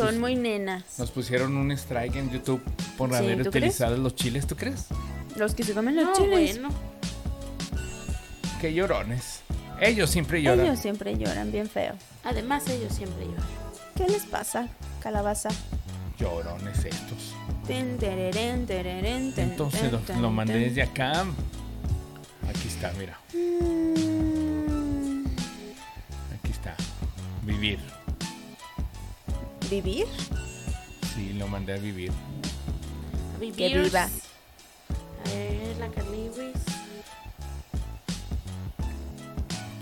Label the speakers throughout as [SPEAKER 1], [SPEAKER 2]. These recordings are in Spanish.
[SPEAKER 1] Son muy nenas.
[SPEAKER 2] Nos pusieron un strike en YouTube por
[SPEAKER 1] Sí,
[SPEAKER 2] haber
[SPEAKER 1] ¿tú
[SPEAKER 2] utilizado los chiles, ¿tú crees?
[SPEAKER 1] Los que se comen los
[SPEAKER 3] No,
[SPEAKER 1] chiles.
[SPEAKER 3] bueno.
[SPEAKER 2] Qué llorones. Ellos siempre lloran.
[SPEAKER 1] Ellos siempre lloran bien feo.
[SPEAKER 3] Además, ellos siempre lloran.
[SPEAKER 1] ¿Qué les pasa, calabaza?
[SPEAKER 2] Llorones estos.
[SPEAKER 1] Ten, tererén, tererén, ten,
[SPEAKER 2] Entonces
[SPEAKER 1] ten,
[SPEAKER 2] lo,
[SPEAKER 1] ten,
[SPEAKER 2] lo mandé
[SPEAKER 1] ten.
[SPEAKER 2] desde acá. Aquí está, mira.
[SPEAKER 1] Mm,
[SPEAKER 2] Aquí está. Vivir.
[SPEAKER 1] ¿Vivir?
[SPEAKER 2] Sí, lo mandé a vivir.
[SPEAKER 3] Viviers.
[SPEAKER 1] viva.
[SPEAKER 3] A ver, la Carliwis.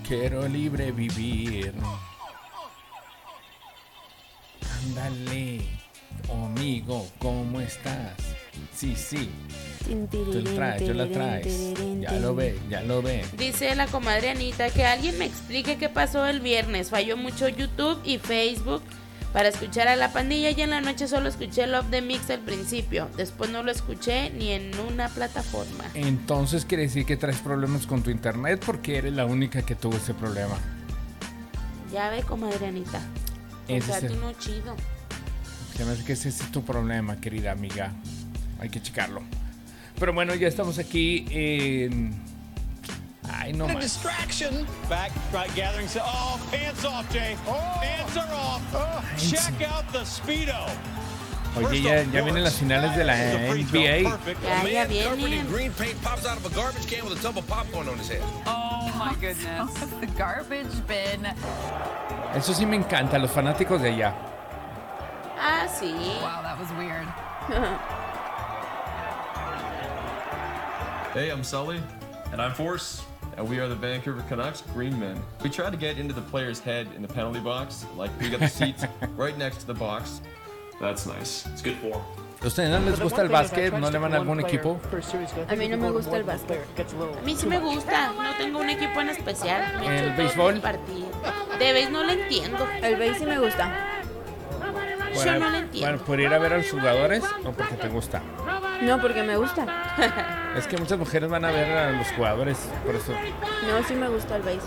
[SPEAKER 2] Quiero libre vivir. Ándale, amigo, ¿cómo estás? Sí, sí,
[SPEAKER 1] Tin,
[SPEAKER 2] tú la
[SPEAKER 1] tirirén,
[SPEAKER 2] traes, yo la
[SPEAKER 1] tirirén,
[SPEAKER 2] traes.
[SPEAKER 1] tirirén,
[SPEAKER 2] Ya lo
[SPEAKER 1] tirirén.
[SPEAKER 2] ve, ya lo ve.
[SPEAKER 3] Dice la comadre Anita que alguien me explique qué pasó el viernes. Falló mucho YouTube y Facebook para escuchar a la pandilla y en la noche solo escuché Love the Mix al principio. Después no lo escuché ni en una plataforma.
[SPEAKER 2] Entonces quiere decir que traes problemas con tu internet porque eres la única que tuvo ese problema.
[SPEAKER 3] Ya ve, comadre Anita. O
[SPEAKER 2] Ese
[SPEAKER 3] sea,
[SPEAKER 2] es el-
[SPEAKER 3] tú no chido.
[SPEAKER 2] Se me hace que ese es tu problema, querida amiga. Hay que checarlo. Pero bueno, ya estamos aquí en... Ay, no
[SPEAKER 4] A
[SPEAKER 2] más.
[SPEAKER 4] distraction. Back, right, gathering. So, oh, pants off, Jay.
[SPEAKER 5] Oh.
[SPEAKER 4] Pants are off. Check out the speedo.
[SPEAKER 2] Oye, ya, ya vienen las finales de la NBA.
[SPEAKER 3] Ya, ya
[SPEAKER 6] man covered in
[SPEAKER 3] vienen.
[SPEAKER 6] green paint pops out of a garbage can with a tub of popcorn on his head.
[SPEAKER 7] Oh my goodness. the garbage bin.
[SPEAKER 2] Eso sí me encanta, los fanáticos de allá.
[SPEAKER 3] Ah, sí.
[SPEAKER 7] Wow, that was weird.
[SPEAKER 8] Hey, I'm Sully. And I'm Force. And we are the Vancouver Canucks Green Men. We tried to get into the player's head in the penalty box. Like, we got the seats right next to the box. That's nice. It's good form.
[SPEAKER 2] ¿A ¿Ustedes no les gusta el básquet? ¿No le van a algún equipo?
[SPEAKER 1] A mí no me gusta el básquet.
[SPEAKER 3] A mí sí me gusta. No tengo un equipo en especial. Me
[SPEAKER 2] ¿El
[SPEAKER 3] chuto
[SPEAKER 2] béisbol?
[SPEAKER 3] los partidos. De béis no lo entiendo.
[SPEAKER 1] El béis sí me gusta.
[SPEAKER 3] Yo
[SPEAKER 2] Para-
[SPEAKER 3] no lo entiendo.
[SPEAKER 2] Bueno, por ir a ver a los jugadores o porque te gusta.
[SPEAKER 1] No, porque me gusta.
[SPEAKER 2] Es que muchas mujeres van a ver a los jugadores, por eso.
[SPEAKER 1] No, sí me gusta el béis.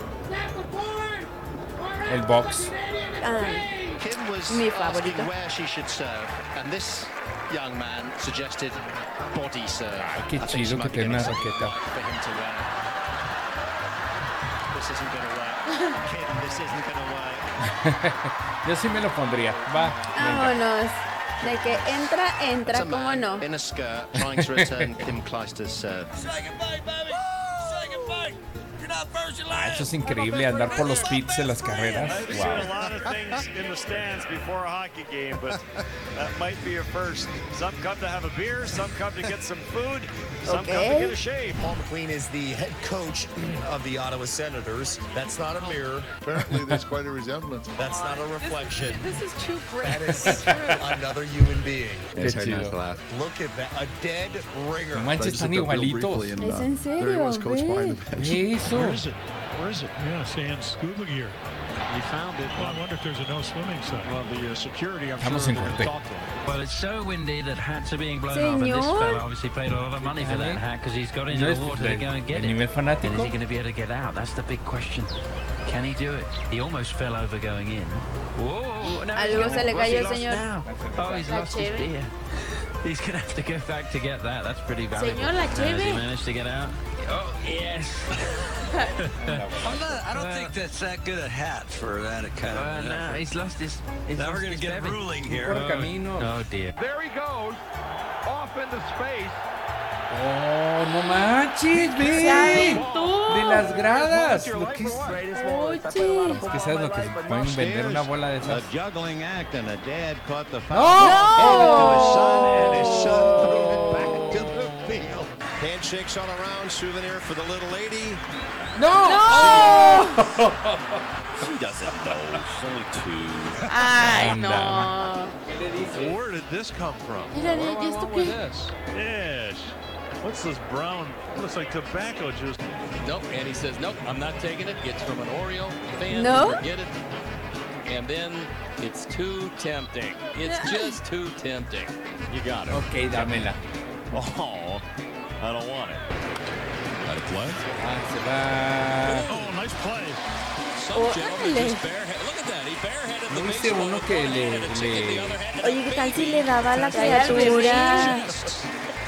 [SPEAKER 2] El box.
[SPEAKER 1] Ah,
[SPEAKER 4] Kim was
[SPEAKER 1] Mi
[SPEAKER 4] asking
[SPEAKER 1] favorito.
[SPEAKER 4] where she should serve, and this young man suggested body serve.
[SPEAKER 2] Ay, Ah, qué
[SPEAKER 4] I think she
[SPEAKER 2] chido
[SPEAKER 4] might be
[SPEAKER 2] que tiene
[SPEAKER 4] getting
[SPEAKER 2] una
[SPEAKER 4] some
[SPEAKER 2] raqueta.
[SPEAKER 4] light for him to wear. This isn't gonna work. Kim, this isn't gonna work.
[SPEAKER 2] Yo sí me lo pondría. Va. venga.
[SPEAKER 1] vámonos. De que entra, entra,
[SPEAKER 4] It's a
[SPEAKER 1] cómo
[SPEAKER 4] man
[SPEAKER 1] no.
[SPEAKER 4] in a skirt trying to return Kim Kleister's serve.
[SPEAKER 6] Say goodbye, baby. Say goodbye. You're not first, you're last.
[SPEAKER 2] Eso es increíble, andar por los pits en las carreras. Wow.
[SPEAKER 5] lot of things in the stands before a hockey game, but that might be a first. Some come to have a beer, some come to get some food, some come
[SPEAKER 1] Okay.
[SPEAKER 5] to get a shave.
[SPEAKER 9] Paul McLean is the head coach of the Ottawa Senators. That's not a mirror.
[SPEAKER 10] Apparently, there's quite a resemblance.
[SPEAKER 9] That's not a reflection.
[SPEAKER 7] This is too great.
[SPEAKER 9] That is another human being.
[SPEAKER 2] Qué chido.
[SPEAKER 8] laugh.
[SPEAKER 9] Look at that. A dead ringer.
[SPEAKER 2] No manches, están igualitos.
[SPEAKER 1] Es en serio, ve.
[SPEAKER 2] Eso.
[SPEAKER 5] it? Where is it? Yeah, Sam's Google gear. He found it. I wonder if there's a no swimming sign. Well, the uh, security, I'm
[SPEAKER 2] Estamos en corte.
[SPEAKER 6] Well, it's so windy that hats are being blown
[SPEAKER 1] off, and this Señor. fella
[SPEAKER 6] obviously paid a lot of money for that hat because he's got
[SPEAKER 2] No es de, de nivel fanático.
[SPEAKER 6] to be able to get out? That's the big question. Can he do it? He almost fell over going in. Whoa! No,
[SPEAKER 1] Algo se le cayó, señor.
[SPEAKER 6] Oh, he's
[SPEAKER 3] La
[SPEAKER 6] lost his
[SPEAKER 3] cheve.
[SPEAKER 6] beer. He's gonna have to go back to get that. That's pretty valuable.
[SPEAKER 3] Señor, la
[SPEAKER 6] Now, has he
[SPEAKER 3] cheve.
[SPEAKER 6] managed to get out? Oh yes.
[SPEAKER 9] I'm not, I don't think that's that good a hat for that kind
[SPEAKER 6] Well, no, he's lost his. he's
[SPEAKER 9] Now we're
[SPEAKER 6] lost
[SPEAKER 9] going
[SPEAKER 6] his
[SPEAKER 9] to get
[SPEAKER 6] bevy.
[SPEAKER 9] ruling here.
[SPEAKER 2] Por camino.
[SPEAKER 6] Oh dear.
[SPEAKER 5] There he goes, off into space.
[SPEAKER 2] Oh, no manches, ve. De las gradas. Lo que es,
[SPEAKER 1] Oye.
[SPEAKER 2] es que sabes lo que se pueden vender una bola de esas.
[SPEAKER 4] juggling act, and the dad caught the
[SPEAKER 2] Oh.
[SPEAKER 4] Handshakes all around, souvenir for the little lady.
[SPEAKER 3] Ay, no.
[SPEAKER 4] Where did this come from?
[SPEAKER 3] Mira, ya ya esto qué.
[SPEAKER 5] Yes. What's this brown? Looks like tobacco juice.
[SPEAKER 6] Nope, and he says, nope, I'm not taking it. It's from an Oriole fan.
[SPEAKER 1] No.
[SPEAKER 6] Forget it. And then it's too tempting. It's just too tempting.
[SPEAKER 5] You got it.
[SPEAKER 2] Ok, dámela.
[SPEAKER 5] Oh, I don't want it.
[SPEAKER 2] Ah, se va.
[SPEAKER 5] Oh, nice play.
[SPEAKER 1] Órale.
[SPEAKER 2] No hice uno que le, le
[SPEAKER 1] alcance y le daba a la
[SPEAKER 3] Traía al bebé.
[SPEAKER 1] criatura.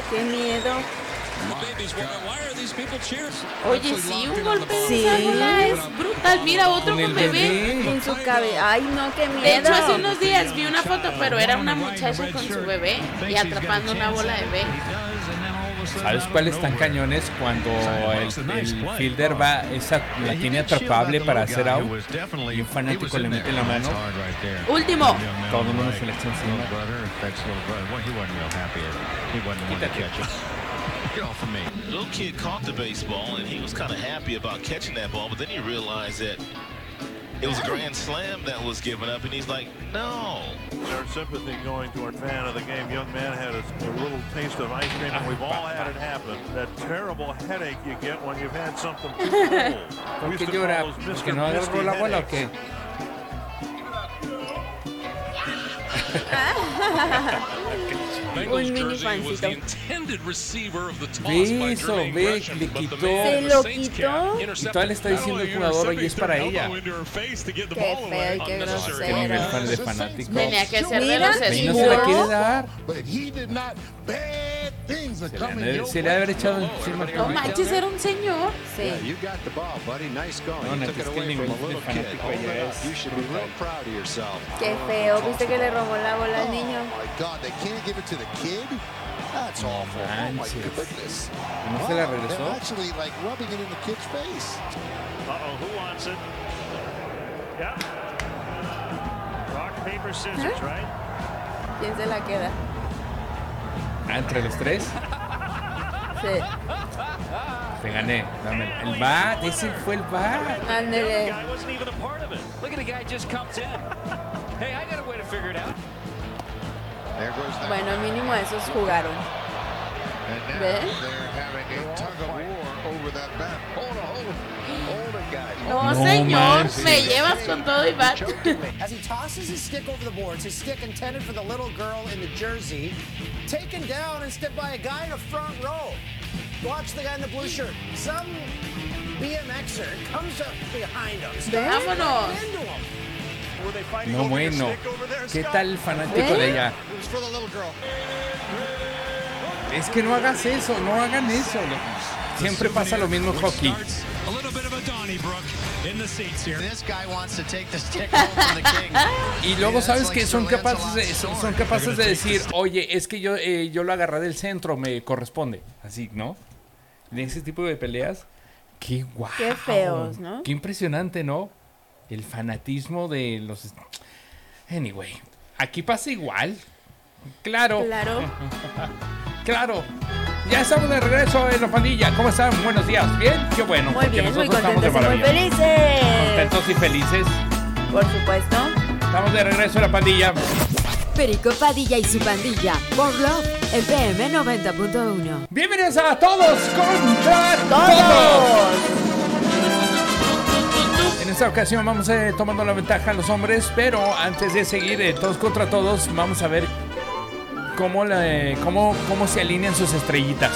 [SPEAKER 1] Qué miedo.
[SPEAKER 3] Oye, sí, un golpe de
[SPEAKER 1] Sí.
[SPEAKER 3] esa bola es brutal. Mira, otro
[SPEAKER 1] Con el
[SPEAKER 3] con bebé.
[SPEAKER 1] bebé. En su cabeza. Ay, no, qué miedo.
[SPEAKER 3] De hecho, hace unos días vi una foto, pero era una muchacha con su bebé y atrapando una bola de bebé.
[SPEAKER 2] ¿Sabes cuáles están cañones cuando el, el fielder va, esa, la tiene atrapable para hacer out y un fanático le mete la mano?
[SPEAKER 3] Último.
[SPEAKER 2] Todo el mundo se le echa encima.
[SPEAKER 11] Little kid caught the baseball and he was kind of happy about catching that ball, but then he realized that it was a grand slam that was given up, and he's like, "No."
[SPEAKER 12] Our sympathy going to our fan of the game. Young man had a, a little taste of ice cream, and we've all had it happen. That terrible headache you get when you've had something too cold.
[SPEAKER 2] ¿Por qué llora? ¿Porque no agarró la bola o qué?
[SPEAKER 1] Un mini fancito.
[SPEAKER 2] Ve eso, ve, le quitó.
[SPEAKER 1] Se lo quitó.
[SPEAKER 2] Y todavía le está diciendo el jugador, oye, es para ella.
[SPEAKER 1] Qué feo y qué
[SPEAKER 2] Qué nivel fan de
[SPEAKER 1] grosero.
[SPEAKER 2] fanático.
[SPEAKER 3] Tenía que ser de
[SPEAKER 1] Mira,
[SPEAKER 3] los
[SPEAKER 2] Y no se la quiere
[SPEAKER 3] Spurs.
[SPEAKER 2] dar.
[SPEAKER 9] But he did not. Bad things are coming.
[SPEAKER 2] Eh,
[SPEAKER 9] your
[SPEAKER 2] Se le ha de haber echado encima.
[SPEAKER 3] No manches, era un señor.
[SPEAKER 1] Sí.
[SPEAKER 13] You got the ball, buddy. Nice going.
[SPEAKER 2] No,
[SPEAKER 13] You
[SPEAKER 2] Nat,
[SPEAKER 13] took
[SPEAKER 2] es
[SPEAKER 13] it
[SPEAKER 2] que el
[SPEAKER 13] away from
[SPEAKER 2] nivel
[SPEAKER 13] a
[SPEAKER 2] de
[SPEAKER 13] little kid.
[SPEAKER 2] fanático
[SPEAKER 13] Hold
[SPEAKER 2] ya
[SPEAKER 13] it up.
[SPEAKER 2] es
[SPEAKER 13] You should be real proud of yourself. Oh
[SPEAKER 1] Qué feo. ¿Viste que le robó la bola al niño?
[SPEAKER 13] My God, they can't give it to the kid? That's awful. Oh my goodness.
[SPEAKER 2] ¿No se la
[SPEAKER 13] Wow,
[SPEAKER 2] regresó?
[SPEAKER 13] They're actually like rubbing it in the kid's face.
[SPEAKER 5] Uh-oh, who wants it? Yep. Rock, paper, scissors, right?
[SPEAKER 1] ¿Quién se la queda?
[SPEAKER 2] Ah, entre los tres.
[SPEAKER 1] Sí.
[SPEAKER 2] Te gané. Dame el bat. Ese fue el bat.
[SPEAKER 1] Ándele.
[SPEAKER 14] I wasn't even a part of it. Look at the guy just comes in. hey, I got a way to figure it out.
[SPEAKER 13] There goes that.
[SPEAKER 1] Bueno, mínimo esos jugaron.
[SPEAKER 13] And now
[SPEAKER 1] ¿Ve?
[SPEAKER 13] they're having a tug of war over that bat. Hold on, hold on. Hold it, guys.
[SPEAKER 3] No, señor,
[SPEAKER 2] manches.
[SPEAKER 3] me llevas con todo y bat.
[SPEAKER 4] As he tosses his stick over the boards, his stick intended for the little girl in the jersey, taken down instead by a guy in the front row. Watch the guy in the blue shirt. Some BMXer comes up behind him. stomps right
[SPEAKER 3] Vámonos.
[SPEAKER 4] into him.
[SPEAKER 5] Were they fighting
[SPEAKER 2] No,
[SPEAKER 5] over your
[SPEAKER 2] bueno.
[SPEAKER 5] stick over there,
[SPEAKER 2] ¿Qué
[SPEAKER 5] Scott?
[SPEAKER 2] tal el fanático
[SPEAKER 1] ¿Eh?
[SPEAKER 2] de ella?
[SPEAKER 4] It was for the little girl.
[SPEAKER 2] Es que no hagas eso. No hagan eso. loco. Siempre pasa lo mismo en hockey.
[SPEAKER 14] A little bit of a Donnybrook in the seats here.
[SPEAKER 4] This guy wants to take the stick home from the king.
[SPEAKER 2] Y luego sabes que son capaces de, son, son capaces de decir, oye, es que yo, eh, yo lo agarré del centro, me corresponde. Así, ¿no? En ese tipo de peleas, qué guau.
[SPEAKER 1] Qué feos, ¿no?
[SPEAKER 2] Qué impresionante, ¿no? El fanatismo de los... Anyway, aquí pasa igual. Claro.
[SPEAKER 1] Claro.
[SPEAKER 2] Claro. Ya estamos de regreso en la pandilla. ¿Cómo están? Buenos días. ¿Bien? Qué bueno.
[SPEAKER 1] Muy
[SPEAKER 2] porque
[SPEAKER 1] bien, muy
[SPEAKER 2] nosotros estamos de
[SPEAKER 1] contentos y muy
[SPEAKER 2] maravilla.
[SPEAKER 1] felices.
[SPEAKER 2] Contentos y felices.
[SPEAKER 1] Por supuesto.
[SPEAKER 2] Estamos de regreso en la pandilla.
[SPEAKER 15] Perico Padilla y su pandilla. Por Love, FM 90.1.
[SPEAKER 2] Bienvenidos a todos contra
[SPEAKER 1] todos.
[SPEAKER 2] En esta ocasión vamos eh, tomando la ventaja a los hombres, pero antes de seguir eh, todos contra todos, vamos a ver cómo, la- eh, cómo, cómo se alinean sus estrellitas.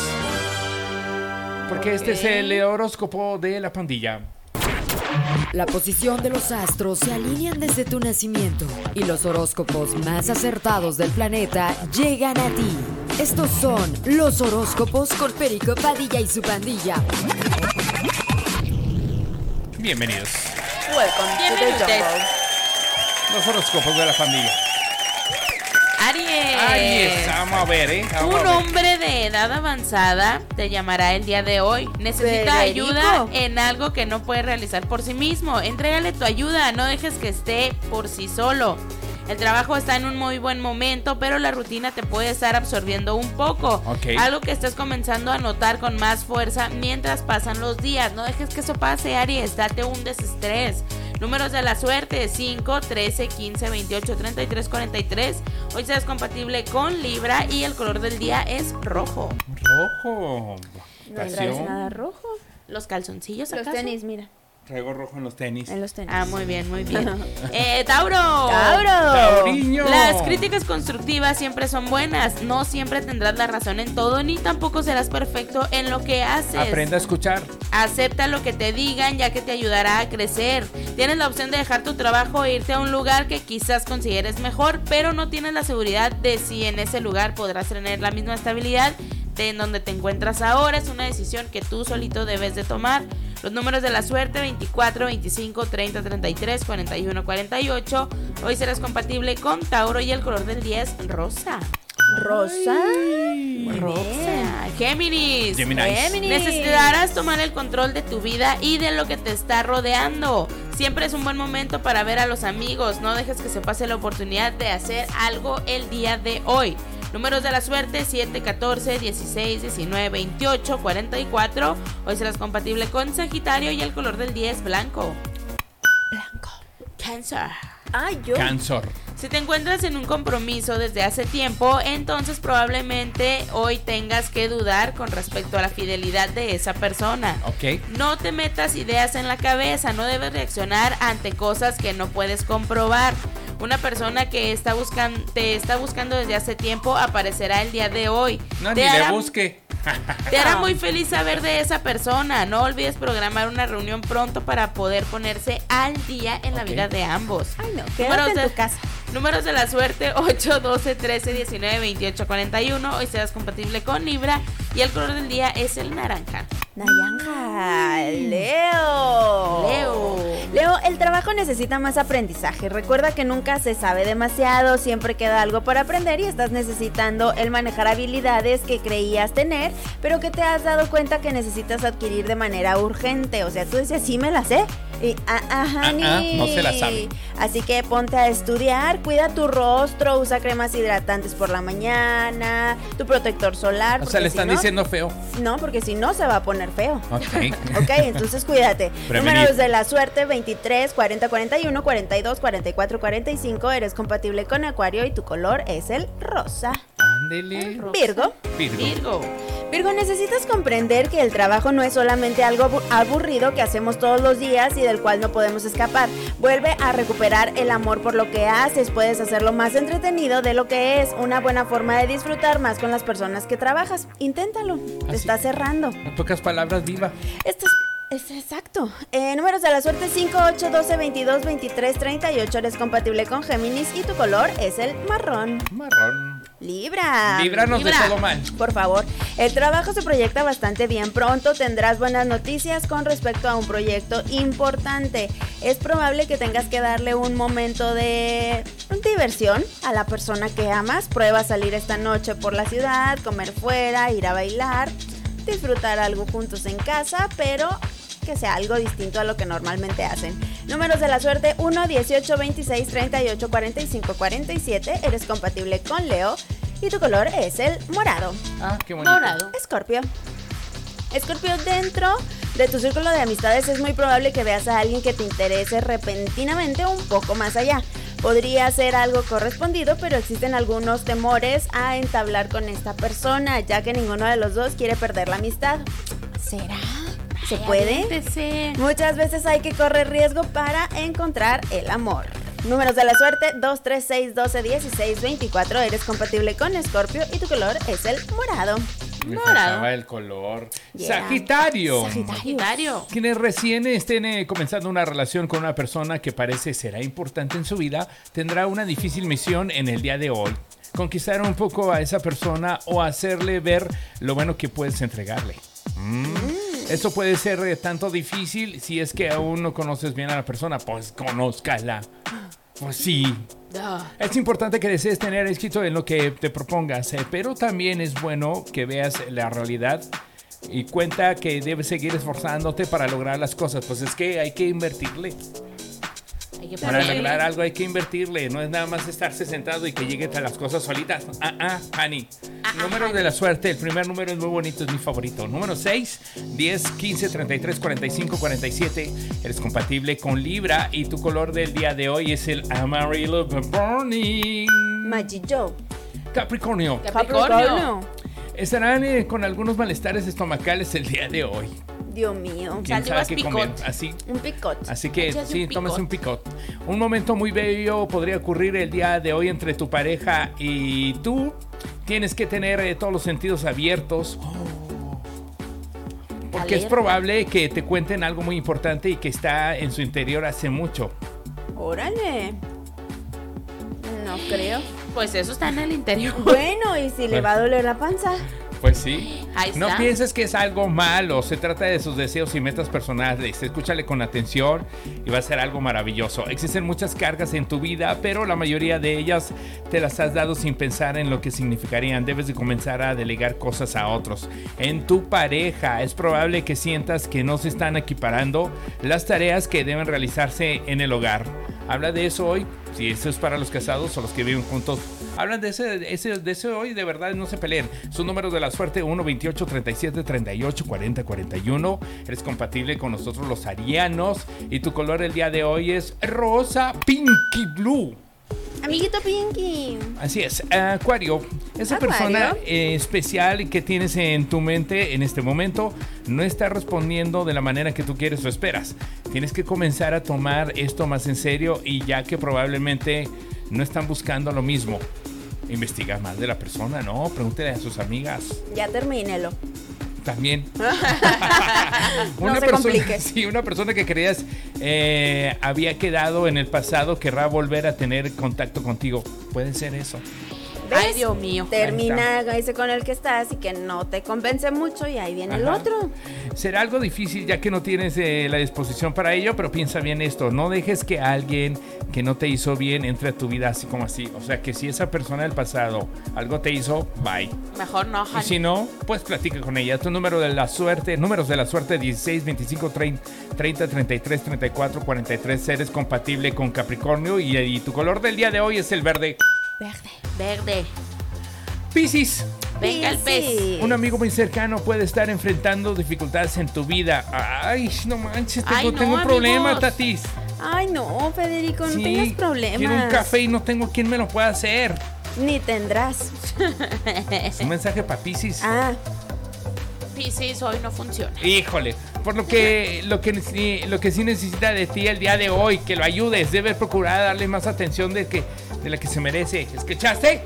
[SPEAKER 2] Porque este es el horóscopo de la pandilla.
[SPEAKER 15] La posición de los astros se alinean desde tu nacimiento y los horóscopos más acertados del planeta llegan a ti. Estos son los horóscopos con Perico Padilla y su pandilla.
[SPEAKER 2] Bienvenidos.
[SPEAKER 1] Welcome to the jungle.
[SPEAKER 2] Los horóscopos de la pandilla.
[SPEAKER 3] Aries.
[SPEAKER 2] Aries, vamos a ver, ¿eh? Vamos a
[SPEAKER 3] Un
[SPEAKER 2] ver.
[SPEAKER 3] hombre de edad avanzada te llamará el día de hoy. Necesita
[SPEAKER 1] Federico.
[SPEAKER 3] ayuda en algo que no puede realizar por sí mismo. Entrégale tu ayuda, no dejes que esté por sí solo. El trabajo está en un muy buen momento, pero la rutina te puede estar absorbiendo un poco.
[SPEAKER 15] Ok.
[SPEAKER 3] Algo que estás comenzando a notar con más fuerza mientras pasan los días. No dejes que eso pase, Aries. Date un desestrés. Números de la suerte 5, 13, 15, 28, 33, 43. Hoy serás compatible con Libra y el color del día es rojo.
[SPEAKER 2] Rojo.
[SPEAKER 1] No traes
[SPEAKER 2] Pasión.
[SPEAKER 1] nada rojo.
[SPEAKER 3] Los calzoncillos
[SPEAKER 1] Los
[SPEAKER 3] acaso?
[SPEAKER 1] tenis, mira.
[SPEAKER 2] Traigo rojo en los tenis.
[SPEAKER 1] En los tenis.
[SPEAKER 3] Ah, muy bien, muy bien. Eh, Tauro.
[SPEAKER 1] Tauro.
[SPEAKER 2] Tauriño.
[SPEAKER 3] Las críticas constructivas siempre son buenas. No siempre tendrás la razón en todo, ni tampoco serás perfecto en lo que haces.
[SPEAKER 2] Aprende a escuchar.
[SPEAKER 3] Acepta lo que te digan, ya que te ayudará a crecer. Tienes la opción de dejar tu trabajo e irte a un lugar que quizás consideres mejor, pero no tienes la seguridad de si en ese lugar podrás tener la misma estabilidad de en donde te encuentras ahora. Es una decisión que tú solito debes de tomar. Los números de la suerte 24, 25, 30, 33, 41, 48. Hoy serás compatible con Tauro y el color del 10 rosa.
[SPEAKER 1] Rosa.
[SPEAKER 3] Rosa. Géminis.
[SPEAKER 2] Géminis.
[SPEAKER 1] Géminis.
[SPEAKER 3] Necesitarás tomar el control de tu vida y de lo que te está rodeando. Siempre es un buen momento para ver a los amigos. No dejes que se pase la oportunidad de hacer algo el día de hoy. Números de la suerte 7, 14, 16, 19, 28, 44. Hoy serás compatible con Sagitario y el color del 10 blanco. Blanco. Cáncer.
[SPEAKER 1] Ay, yo.
[SPEAKER 2] Cáncer.
[SPEAKER 3] Si te encuentras en un compromiso desde hace tiempo, entonces probablemente hoy tengas que dudar con respecto a la fidelidad de esa persona.
[SPEAKER 2] Ok.
[SPEAKER 3] No te metas ideas en la cabeza, no debes reaccionar ante cosas que no puedes comprobar. Una persona que está buscan- te está buscando desde hace tiempo aparecerá el día de hoy.
[SPEAKER 2] No,
[SPEAKER 3] Te
[SPEAKER 2] ni le
[SPEAKER 3] hará-
[SPEAKER 2] busque.
[SPEAKER 3] te hará muy feliz saber de esa persona. No olvides programar una reunión pronto para poder ponerse al día en la
[SPEAKER 2] Ok.
[SPEAKER 3] vida de ambos.
[SPEAKER 1] Ay, no.
[SPEAKER 3] Números
[SPEAKER 1] Quédate
[SPEAKER 3] de-
[SPEAKER 1] en tu casa.
[SPEAKER 3] Números de la suerte 8, 12, 13, 19, 28, 41. Hoy serás compatible con Libra y el color del día es el naranja.
[SPEAKER 1] Nayanja, Leo.
[SPEAKER 3] Leo.
[SPEAKER 1] Leo, el trabajo necesita más aprendizaje. Recuerda que nunca se sabe demasiado, siempre queda algo para aprender y estás necesitando el manejar habilidades que creías tener, pero que te has dado cuenta que necesitas adquirir de manera urgente. O sea, tú dices, sí me las sé. Y, ah, ah,
[SPEAKER 2] Ah, ah,
[SPEAKER 1] honey.
[SPEAKER 2] no se la sabe.
[SPEAKER 1] Así que ponte a estudiar, cuida tu rostro, usa cremas hidratantes por la mañana, tu protector solar.
[SPEAKER 2] O
[SPEAKER 1] porque
[SPEAKER 2] sea, le
[SPEAKER 1] si
[SPEAKER 2] están
[SPEAKER 1] no-
[SPEAKER 2] diciendo feo.
[SPEAKER 1] No, porque si no se va a poner feo.
[SPEAKER 2] Ok.
[SPEAKER 1] Ok, entonces cuídate.
[SPEAKER 2] Prevenir.
[SPEAKER 1] Números de la suerte 23, 40, 41, 42, 44, 45. Eres compatible con Acuario y tu color es el rosa.
[SPEAKER 2] Ándele.
[SPEAKER 1] Virgo.
[SPEAKER 2] Virgo.
[SPEAKER 3] Virgo.
[SPEAKER 1] Virgo, necesitas comprender que el trabajo no es solamente algo abu- aburrido que hacemos todos los días y del cual no podemos escapar. Vuelve a recuperar el amor por lo que haces. Puedes hacerlo más entretenido de lo que es. Una buena forma de disfrutar más con las personas que trabajas. Inténtalo. Te
[SPEAKER 2] Así.
[SPEAKER 1] está cerrando.
[SPEAKER 2] En pocas palabras, viva.
[SPEAKER 1] Esto es, es exacto. Eh, números de la suerte 5, 8, 12, 22, 23, 38. Eres compatible con Géminis y tu color es el marrón.
[SPEAKER 2] Marrón.
[SPEAKER 1] Libra.
[SPEAKER 2] Líbranos de todo mal.
[SPEAKER 1] Por favor, el trabajo se proyecta bastante bien. Pronto tendrás buenas noticias con respecto a un proyecto importante. Es probable que tengas que darle un momento de diversión a la persona que amas. Prueba salir esta noche por la ciudad, comer fuera, ir a bailar, disfrutar algo juntos en casa, pero que sea algo distinto a lo que normalmente hacen. Números de la suerte 1, 18, 26, 38, 45, 47. Eres compatible con Leo y tu color es el morado.
[SPEAKER 2] Ah, qué bonito.
[SPEAKER 3] Dorado.
[SPEAKER 1] Escorpio. Escorpio, dentro de tu círculo de amistades es muy probable que veas a alguien que te interese repentinamente un poco más allá. Podría ser algo correspondido, pero existen algunos temores a entablar con esta persona, ya que ninguno de los dos quiere perder la amistad. ¿Será? ¿Se puede?
[SPEAKER 3] Aviéntese.
[SPEAKER 1] Muchas veces hay que correr riesgo para encontrar el amor. Números de la suerte 2, 3, 6, 12, 16, 24. Eres compatible con Escorpio y tu color es el morado.
[SPEAKER 2] Me
[SPEAKER 3] Morado.
[SPEAKER 2] faltaba el color.
[SPEAKER 1] Yeah.
[SPEAKER 2] Sagitario.
[SPEAKER 3] Sagitario.
[SPEAKER 2] Quienes recién estén eh, comenzando una relación con una persona que parece será importante en su vida, tendrá una difícil misión en el día de hoy. Conquistar un poco a esa persona o hacerle ver lo bueno que puedes entregarle. Esto puede ser eh, tanto difícil si es que aún no conoces bien a la persona, pues conózcala. Pues sí,
[SPEAKER 3] Ah.
[SPEAKER 2] es importante que desees tener éxito en lo que te propongas, eh, pero también es bueno que veas la realidad y cuenta que debes seguir esforzándote para lograr las cosas. Pues es que hay que invertirle.
[SPEAKER 3] Hay que
[SPEAKER 2] Para
[SPEAKER 3] ponerle-
[SPEAKER 2] lograr algo hay que invertirle. No es nada más estarse sentado y que lleguen a las cosas solitas. Ah, ah, honey. Números de la suerte. El primer número es muy bonito, es mi favorito. Número 6, 10, 15, 33, 45, 47. Eres compatible con Libra y tu color del día de hoy es el Amarillo Burning.
[SPEAKER 1] Magic Joe.
[SPEAKER 2] Capricornio.
[SPEAKER 3] Capricornio.
[SPEAKER 2] Estarán eh, con algunos malestares estomacales el día de hoy.
[SPEAKER 1] Dios mío.
[SPEAKER 2] ¿Quién sabe qué comió? Así.
[SPEAKER 1] Un picot.
[SPEAKER 2] Así que
[SPEAKER 1] Échate
[SPEAKER 2] sí,
[SPEAKER 1] un
[SPEAKER 2] tómese un
[SPEAKER 1] picot.
[SPEAKER 2] picot. Un momento muy bello podría ocurrir el día de hoy entre tu pareja y tú. Tienes que tener eh, todos los sentidos abiertos. Porque es
[SPEAKER 1] Alerta.
[SPEAKER 2] probable que te cuenten algo muy importante y que está en su interior hace mucho.
[SPEAKER 1] Órale. No creo.
[SPEAKER 3] Pues eso está en el interior.
[SPEAKER 1] Bueno, y si le va a doler la panza.
[SPEAKER 2] Pues sí.
[SPEAKER 3] Ahí
[SPEAKER 2] No
[SPEAKER 3] está.
[SPEAKER 2] pienses que es algo malo, se trata de sus deseos y metas personales. Escúchale con atención y va a ser algo maravilloso. Existen muchas cargas en tu vida, pero la mayoría de ellas te las has dado sin pensar en lo que significarían. Debes de comenzar a delegar cosas a otros. En tu pareja es probable que sientas que no se están equiparando las tareas que deben realizarse en el hogar. Habla de eso hoy. Si eso es para los casados o los que viven juntos, hablan de ese, ese- de ese hoy, de verdad, no se peleen. Son números de la suerte 1, 28, 37, 38, 40, 41. Eres compatible con nosotros los arianos y tu color el día de hoy es rosa, pinky blue.
[SPEAKER 1] Amiguito Pinky.
[SPEAKER 2] Así es, Acuario, esa
[SPEAKER 1] Acuario.
[SPEAKER 2] persona eh, especial que tienes en tu mente en este momento no está respondiendo de la manera que tú quieres o esperas. Tienes que comenzar a tomar esto más en serio y ya que probablemente no están buscando lo mismo. Investiga más de la persona, ¿no? Pregúntale a sus amigas
[SPEAKER 1] Ya termínelo.
[SPEAKER 2] también.
[SPEAKER 1] No se complique.
[SPEAKER 2] sí, una persona que creías eh, había quedado en el pasado querrá volver a tener contacto contigo. Puede ser eso.
[SPEAKER 1] Ay, Dios mío. Termina ese con el que estás y que no te convence mucho y ahí viene el
[SPEAKER 2] Ajá.
[SPEAKER 1] otro.
[SPEAKER 2] Será algo difícil ya que no tienes eh, la disposición para ello, pero piensa bien esto, no dejes que alguien que no te hizo bien entre a tu vida así como así. O sea que si esa persona del pasado algo te hizo, bye.
[SPEAKER 3] Mejor no,
[SPEAKER 2] Y
[SPEAKER 3] Jani.
[SPEAKER 2] si no, pues platica con ella. Tu número de la suerte, números de la suerte 16, 25, 30, 30, 33, 34, 43. Eres compatible con Capricornio y, y tu color del día de hoy es el verde.
[SPEAKER 3] Verde. Verde.
[SPEAKER 2] Piscis.
[SPEAKER 3] Venga el pez.
[SPEAKER 2] Un amigo muy cercano puede estar enfrentando dificultades en tu vida. Ay, no manches, tengo,
[SPEAKER 1] Ay, no,
[SPEAKER 2] tengo un problema,
[SPEAKER 1] amigos.
[SPEAKER 2] Tatis.
[SPEAKER 1] Ay, no, Federico, no
[SPEAKER 2] Sí,
[SPEAKER 1] tengas problemas.
[SPEAKER 2] Quiero un café y no tengo quien me lo pueda hacer.
[SPEAKER 1] Ni tendrás.
[SPEAKER 2] Es un mensaje para Piscis.
[SPEAKER 1] ah,
[SPEAKER 3] Piscis hoy no funciona.
[SPEAKER 2] Híjole, por lo que, lo, que, sí- lo que sí necesita de ti el día de hoy, que lo ayudes, debes procurar darle más atención de, que, de la que se merece. ¿Escuchaste?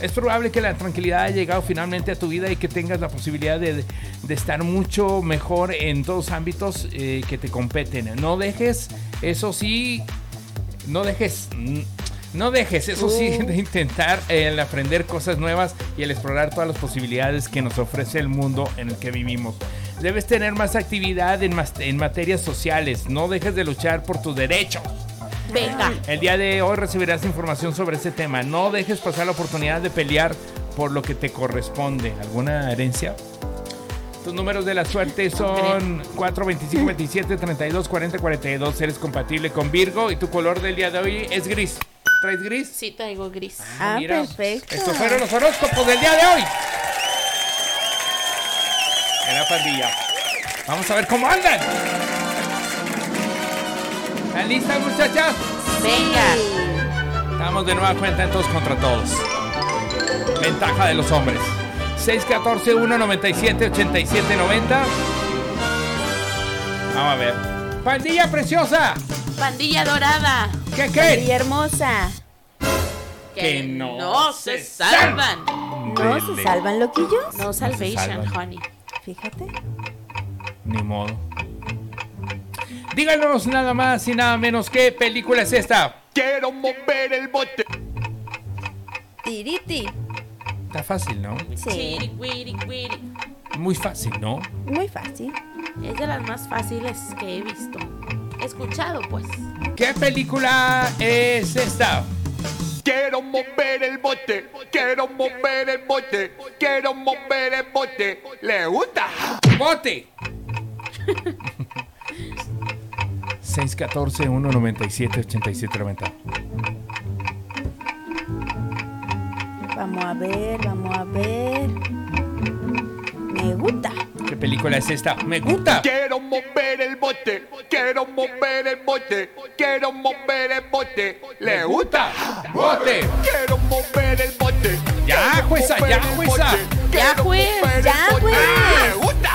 [SPEAKER 2] Es probable que la tranquilidad haya llegado finalmente a tu vida y que tengas la posibilidad de, de estar mucho mejor en todos ámbitos eh, que te competen. No dejes, eso sí, no dejes, mm, no dejes, eso sí,
[SPEAKER 16] Uh.
[SPEAKER 2] de intentar el aprender cosas nuevas y el explorar todas las posibilidades que nos ofrece el mundo en el que vivimos. Debes tener más actividad en, mas- en materias sociales, no dejes de luchar por tus derechos.
[SPEAKER 3] Venga.
[SPEAKER 2] El día de hoy recibirás información sobre ese tema. No dejes pasar la oportunidad de pelear por lo que te corresponde. ¿Alguna herencia? Tus números de la suerte son 4, 25, 27, 32, 40, 42. Eres compatible con Virgo y tu color del día de hoy es gris. ¿Traes gris?
[SPEAKER 3] Sí, traigo gris.
[SPEAKER 2] Ah, mira.
[SPEAKER 3] perfecto.
[SPEAKER 2] Estos fueron los horóscopos del día de hoy. En la pandilla. Vamos a ver cómo andan. ¿Están listas, muchachas?
[SPEAKER 3] Venga.
[SPEAKER 2] Estamos de nueva cuenta en todos contra todos. Ventaja de los hombres. 614-197-8790. Vamos a ver. ¡Pandilla preciosa!
[SPEAKER 3] Pandilla dorada.
[SPEAKER 2] ¿Qué
[SPEAKER 1] qué? hermosa.
[SPEAKER 3] Que,
[SPEAKER 2] Que
[SPEAKER 3] no,
[SPEAKER 2] no
[SPEAKER 3] se salvan.
[SPEAKER 1] ¿No se salvan loquillos?
[SPEAKER 3] No salvation,
[SPEAKER 2] salvan.
[SPEAKER 3] honey.
[SPEAKER 1] Fíjate.
[SPEAKER 2] Ni modo. Díganos nada más y nada menos qué película es esta. Quiero mover el bote.
[SPEAKER 1] Tiriti.
[SPEAKER 2] Está fácil, ¿no?
[SPEAKER 3] Chiri, guiri, guiri.
[SPEAKER 2] Muy fácil, ¿no?
[SPEAKER 1] Muy fácil.
[SPEAKER 3] Es de las más fáciles que he visto. Escuchado, pues.
[SPEAKER 2] ¿Qué película es esta? Quiero mover el bote, quiero mover el bote, quiero mover el bote, le gusta. ¡Bote! 614-197-8790.
[SPEAKER 1] Vamos a ver, vamos a ver. Me gusta.
[SPEAKER 2] ¿Qué película es esta? ¡Me gusta!
[SPEAKER 9] Quiero mover el bote, quiero mover el bote, quiero mover el bote, le gusta.
[SPEAKER 2] ¡Bote!
[SPEAKER 9] Quiero mover el bote.
[SPEAKER 2] ¡Ya, jueza! ¡Ya, jueza!
[SPEAKER 9] ¡Ya, juez! ¡Ya, juez! ¡Le gusta!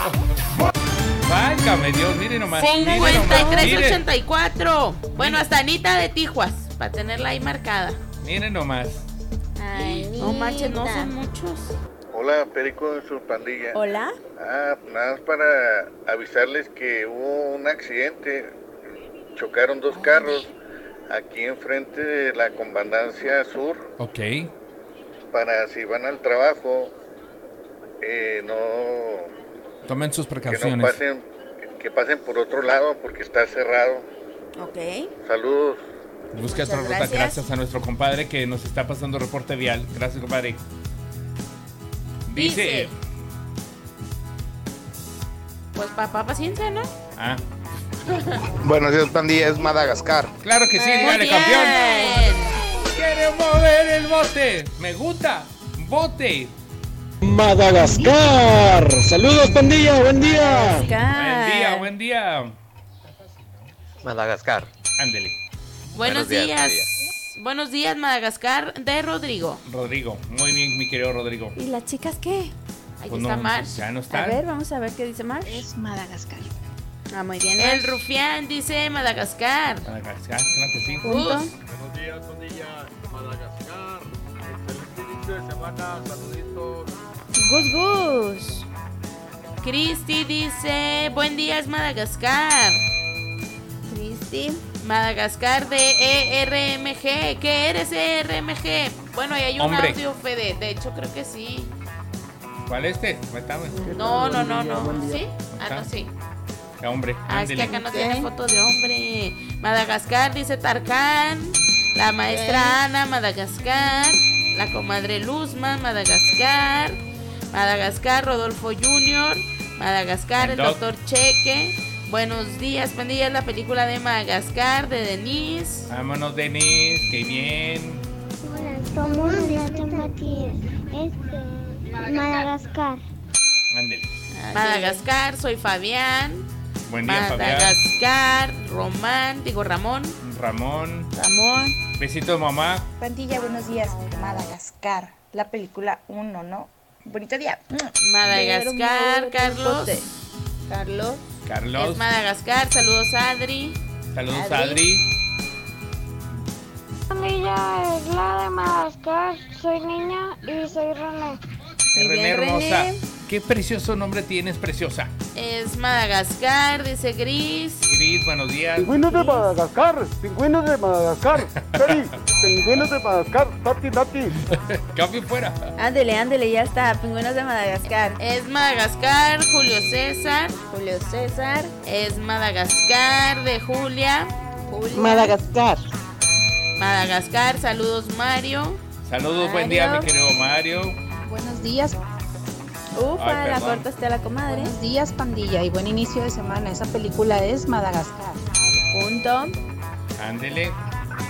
[SPEAKER 2] Válgame Dios, miren nomás. miren nomás, miren,
[SPEAKER 3] 5384. Bueno, hasta Anita de Tijuas, para tenerla ahí marcada.
[SPEAKER 2] miren nomás.
[SPEAKER 3] Ay, no manches, no son muchos.
[SPEAKER 16] Hola, Perico de su pandilla.
[SPEAKER 1] Hola.
[SPEAKER 16] Ah, nada más para avisarles que hubo un accidente. Chocaron dos carros aquí enfrente de la Comandancia Sur.
[SPEAKER 2] Ok.
[SPEAKER 16] Para si van al trabajo, eh, no,
[SPEAKER 2] Tomen sus
[SPEAKER 16] que no
[SPEAKER 2] precauciones.
[SPEAKER 16] pasen, que pasen por otro lado porque está cerrado.
[SPEAKER 1] Ok.
[SPEAKER 16] Saludos.
[SPEAKER 2] Busca
[SPEAKER 1] Muchas
[SPEAKER 2] otra ruta
[SPEAKER 1] gracias.
[SPEAKER 2] gracias a nuestro compadre que nos está pasando reporte vial. Gracias, compadre. Dice.
[SPEAKER 3] Dice. Pues papá, paciencia, ¿no?
[SPEAKER 2] Ah,
[SPEAKER 17] Buenos días, pandilla. Es Madagascar.
[SPEAKER 2] claro que sí,
[SPEAKER 3] Eh, Muy
[SPEAKER 2] dale,
[SPEAKER 3] bien.
[SPEAKER 2] campeón. Quiero mover el bote. Me gusta. Bote.
[SPEAKER 18] Madagascar. Saludos, pandilla. Buen día.
[SPEAKER 3] Ah.
[SPEAKER 2] Buen día, buen día.
[SPEAKER 19] Madagascar.
[SPEAKER 2] Ándele.
[SPEAKER 3] Buenos,
[SPEAKER 19] Buenos días,
[SPEAKER 3] días. Buenos días, Madagascar de Rodrigo.
[SPEAKER 2] Rodrigo. Muy bien, mi querido Rodrigo.
[SPEAKER 1] ¿Y las chicas qué?
[SPEAKER 3] Ahí
[SPEAKER 2] Pues
[SPEAKER 3] está
[SPEAKER 2] no,
[SPEAKER 3] Marsh.
[SPEAKER 2] Ya no
[SPEAKER 1] A
[SPEAKER 2] está.
[SPEAKER 1] ver, vamos a ver qué dice Marsh. Es Madagascar. Ah, muy bien.
[SPEAKER 3] El
[SPEAKER 1] Marsh.
[SPEAKER 3] rufián dice Madagascar.
[SPEAKER 2] Madagascar, Ah, claro que sí.
[SPEAKER 3] Punto.
[SPEAKER 20] Buenos días, pandilla. Madagascar. Excelente inicio de semana. Saluditos.
[SPEAKER 3] Gus Gus. Cristi dice, buen día es Madagascar.
[SPEAKER 1] Cristi.
[SPEAKER 3] Madagascar de E ERMG. ¿Qué eres E ERMG? Bueno, ahí hay un
[SPEAKER 2] Hombre.
[SPEAKER 3] audio, Fede. De hecho, creo que sí.
[SPEAKER 2] ¿Cuál este? Ahí está, güey.
[SPEAKER 3] No, no, no, no. ¿Sí? Ah, no, sí.
[SPEAKER 2] Ya, hombre.
[SPEAKER 3] Ah, es que
[SPEAKER 2] ándele.
[SPEAKER 3] acá no tiene foto de hombre. Madagascar, dice Tarkan. La maestra Ana, Madagascar. La comadre Luzma, Madagascar. Madagascar, Rodolfo Junior. Madagascar,
[SPEAKER 21] El
[SPEAKER 3] el
[SPEAKER 21] Doc.
[SPEAKER 3] doctor Cheque. Buenos días, pandilla. es La película de Madagascar de Denise.
[SPEAKER 2] Vámonos, Denis. Qué bien.
[SPEAKER 22] Hola, somos la Tomatía. Este, Madagascar.
[SPEAKER 2] Ándele.
[SPEAKER 3] Madagascar, soy Fabián.
[SPEAKER 2] Buen día, Fabián.
[SPEAKER 3] Madagascar, Román, digo Ramón.
[SPEAKER 2] Ramón.
[SPEAKER 3] Ramón.
[SPEAKER 2] Besitos, mamá.
[SPEAKER 23] Pandilla, buenos días. Madagascar, la película 1, ¿no? Bonito día.
[SPEAKER 3] Madagascar, Carlos.
[SPEAKER 1] Carlos.
[SPEAKER 2] Carlos.
[SPEAKER 3] Es Madagascar, saludos Adri.
[SPEAKER 2] Saludos,
[SPEAKER 3] Adri.
[SPEAKER 2] Adri.
[SPEAKER 22] Familia es la de Madagascar. Soy niña y soy René.
[SPEAKER 2] René, hermosa. Qué precioso nombre tienes, preciosa.
[SPEAKER 3] Es Madagascar, dice Gris.
[SPEAKER 2] Cris, buenos días.
[SPEAKER 18] Pingüinos de Madagascar. Pingüinos de Madagascar. Peri, pingüinos de Madagascar. Tati, tati.
[SPEAKER 2] Cambio fuera.
[SPEAKER 1] Ándele, ándele, ya está. Pingüinos de Madagascar.
[SPEAKER 23] Eh,
[SPEAKER 3] Es Madagascar, Julio César. Julio César. Es Madagascar de Julia.
[SPEAKER 23] Madagascar.
[SPEAKER 3] Madagascar, saludos Mario.
[SPEAKER 2] Saludos, buen día, mi
[SPEAKER 3] Mario.
[SPEAKER 2] querido Mario.
[SPEAKER 23] Buenos días.
[SPEAKER 1] Ufa,
[SPEAKER 2] Ay,
[SPEAKER 1] la
[SPEAKER 2] perdón.
[SPEAKER 1] cortaste a la comadre.
[SPEAKER 23] Buenos días, pandilla, y buen inicio de semana. Esa película es Madagascar.
[SPEAKER 1] Punto.
[SPEAKER 2] Ándele.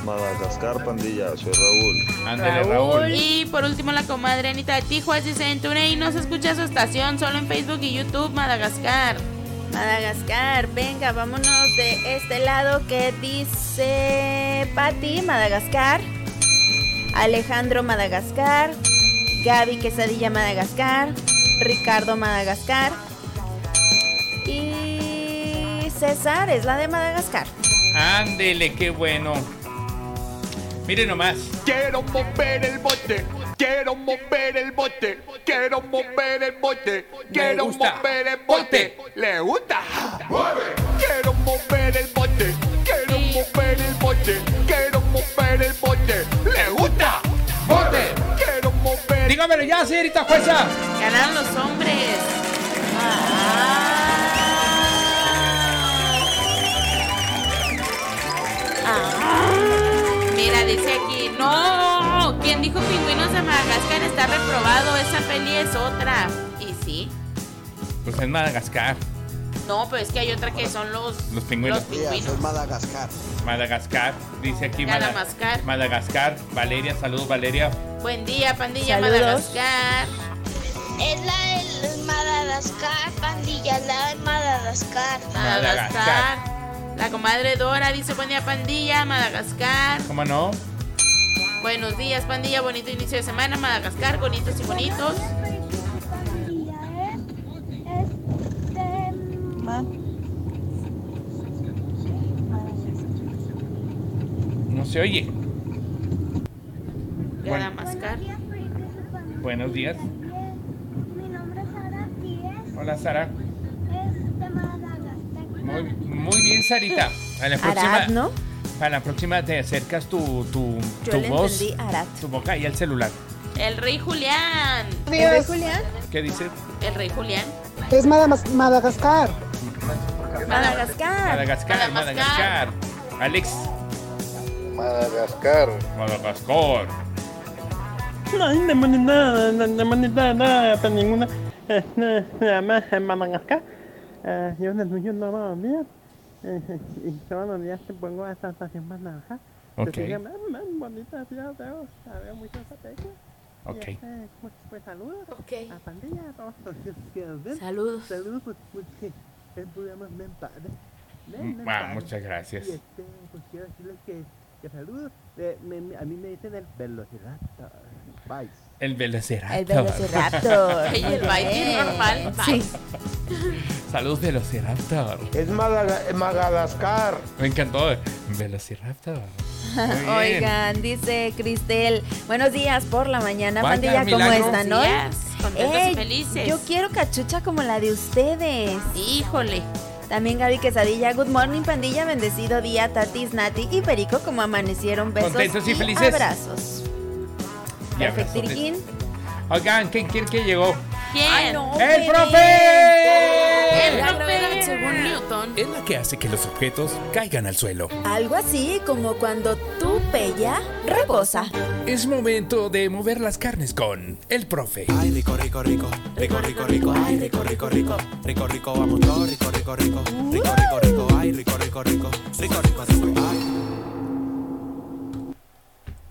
[SPEAKER 24] Madagascar, pandilla, soy Raúl.
[SPEAKER 2] Ándele, Raúl.
[SPEAKER 3] Y por último la comadre Anita de Tijuas dice en TuneIn no se escucha su estación, solo en Facebook y YouTube, Madagascar.
[SPEAKER 1] Madagascar, venga, vámonos de este lado que dice Patti, Madagascar, Alejandro, Madagascar, Gaby Quesadilla, Madagascar, Ricardo, Madagascar y César es la de Madagascar.
[SPEAKER 2] Ándele, qué bueno. Miren nomás.
[SPEAKER 9] Quiero mover el bote, quiero mover el bote, quiero mover el bote, quiero mover el bote. ¿Le gusta? ¡Mueve! Quiero mover el bote, quiero mover el bote, quiero mover el bote. ¿Le gusta? ¡Bote! Quiero mover
[SPEAKER 2] Dígamelo ya, señorita jueza.
[SPEAKER 3] Ganaron los hombres. Ah. Ah. Mira, dice aquí, no, quien dijo pingüinos de Madagascar está reprobado, esa peli es otra. Y sí,
[SPEAKER 2] Pues en Madagascar,
[SPEAKER 3] no, pero es que hay otra que son los...
[SPEAKER 2] los pingüinos.
[SPEAKER 3] Los pingüinos.
[SPEAKER 18] Madagascar.
[SPEAKER 2] Madagascar, dice aquí Mada-
[SPEAKER 3] Madagascar.
[SPEAKER 2] Madagascar. Valeria, saludos, Valeria.
[SPEAKER 3] Buen día, pandilla
[SPEAKER 2] Saludos.
[SPEAKER 3] Madagascar.
[SPEAKER 22] Es la de Madagascar, pandilla, la de Madagascar.
[SPEAKER 3] Madagascar. La comadre Dora dice buen día, pandilla, Madagascar.
[SPEAKER 2] ¿Cómo no?
[SPEAKER 3] Buenos días, pandilla, bonito inicio de semana, Madagascar, bonitos y bonitos.
[SPEAKER 22] Pandilla es este,
[SPEAKER 2] se oye. Bueno,
[SPEAKER 3] Madagascar.
[SPEAKER 2] buenos días.
[SPEAKER 7] Mi nombre es Sara Díez,
[SPEAKER 2] Hola, Sara.
[SPEAKER 7] es de Madagascar.
[SPEAKER 2] Muy, muy bien, Sarita. A la próxima,
[SPEAKER 1] Arad, ¿no?
[SPEAKER 2] a la próxima te acercas tu, tu,
[SPEAKER 1] Yo
[SPEAKER 2] tu
[SPEAKER 1] le
[SPEAKER 2] voz,
[SPEAKER 1] entendí Arat.
[SPEAKER 2] tu boca y el celular.
[SPEAKER 3] El rey Julián.
[SPEAKER 1] ¿Es Julián?
[SPEAKER 2] ¿Qué dices?
[SPEAKER 3] El rey Julián.
[SPEAKER 25] Es Madamas- Madagascar.
[SPEAKER 1] Madagascar.
[SPEAKER 2] Madagascar, Madagascar. Alex.
[SPEAKER 16] Madagascar.
[SPEAKER 2] Madagascar.
[SPEAKER 25] No, no me nada, no no me nada, nada, para ninguna. eh, na- Nada más en Madagascar. Eh, Yo no yo no me olvido. Eh, eh, Y todos los días te pongo a esta estación más naranja.
[SPEAKER 2] Ok.
[SPEAKER 25] bonita ciudad de hoy. Sabía mucho esa película. Y,
[SPEAKER 2] Ok.
[SPEAKER 25] este, Pues, pues saludos. A pandilla, a todos los que nos ven. Saludos. Saludos, pues, pues que es tu día más bien padre. Bien, bien
[SPEAKER 2] Ah,
[SPEAKER 25] padre.
[SPEAKER 2] muchas gracias.
[SPEAKER 25] Y este, pues quiero decirles que, que saludos. Eh, me- me- a mí me dicen el velociraptor. Bye.
[SPEAKER 2] El Velociraptor.
[SPEAKER 25] El Velociraptor.
[SPEAKER 3] Ey, el baile normal.
[SPEAKER 25] Sí.
[SPEAKER 2] Saludos, Velociraptor.
[SPEAKER 19] Es Madaga- Madagascar.
[SPEAKER 2] Me encantó. Velociraptor. Muy bien.
[SPEAKER 1] Oigan, dice Cristel, buenos días por la mañana,
[SPEAKER 2] Vaya
[SPEAKER 1] pandilla, ¿cómo
[SPEAKER 2] milagro.
[SPEAKER 1] están
[SPEAKER 3] Buenos
[SPEAKER 1] hoy?
[SPEAKER 3] días, contentos y
[SPEAKER 1] Ey,
[SPEAKER 3] felices.
[SPEAKER 1] Yo quiero cachucha como la de ustedes.
[SPEAKER 3] Híjole.
[SPEAKER 1] También Gaby Quesadilla, good morning, pandilla, bendecido día, Tatis, Nati y Perico, como amanecieron, besos
[SPEAKER 2] Contentos y felices.
[SPEAKER 1] abrazos.
[SPEAKER 2] Y abrazos.
[SPEAKER 1] Tirquín.
[SPEAKER 2] Oigan, ¿quién, quién, quién llegó?
[SPEAKER 3] ¿Quién?
[SPEAKER 1] Ah,
[SPEAKER 2] ¡El profe!
[SPEAKER 3] El profe. Según Newton.
[SPEAKER 21] Es la que hace que los objetos caigan al suelo.
[SPEAKER 1] Algo así como cuando tu pella reposa.
[SPEAKER 21] Es momento de mover las carnes con el profe. Ay, rico, rico, rico. Rico, rico, rico. Ay, rico, rico, rico. Rico, rico, vamos todos. Rico, rico, rico. Rico, rico, rico. Ay, rico, rico, rico. Rico, rico, rico.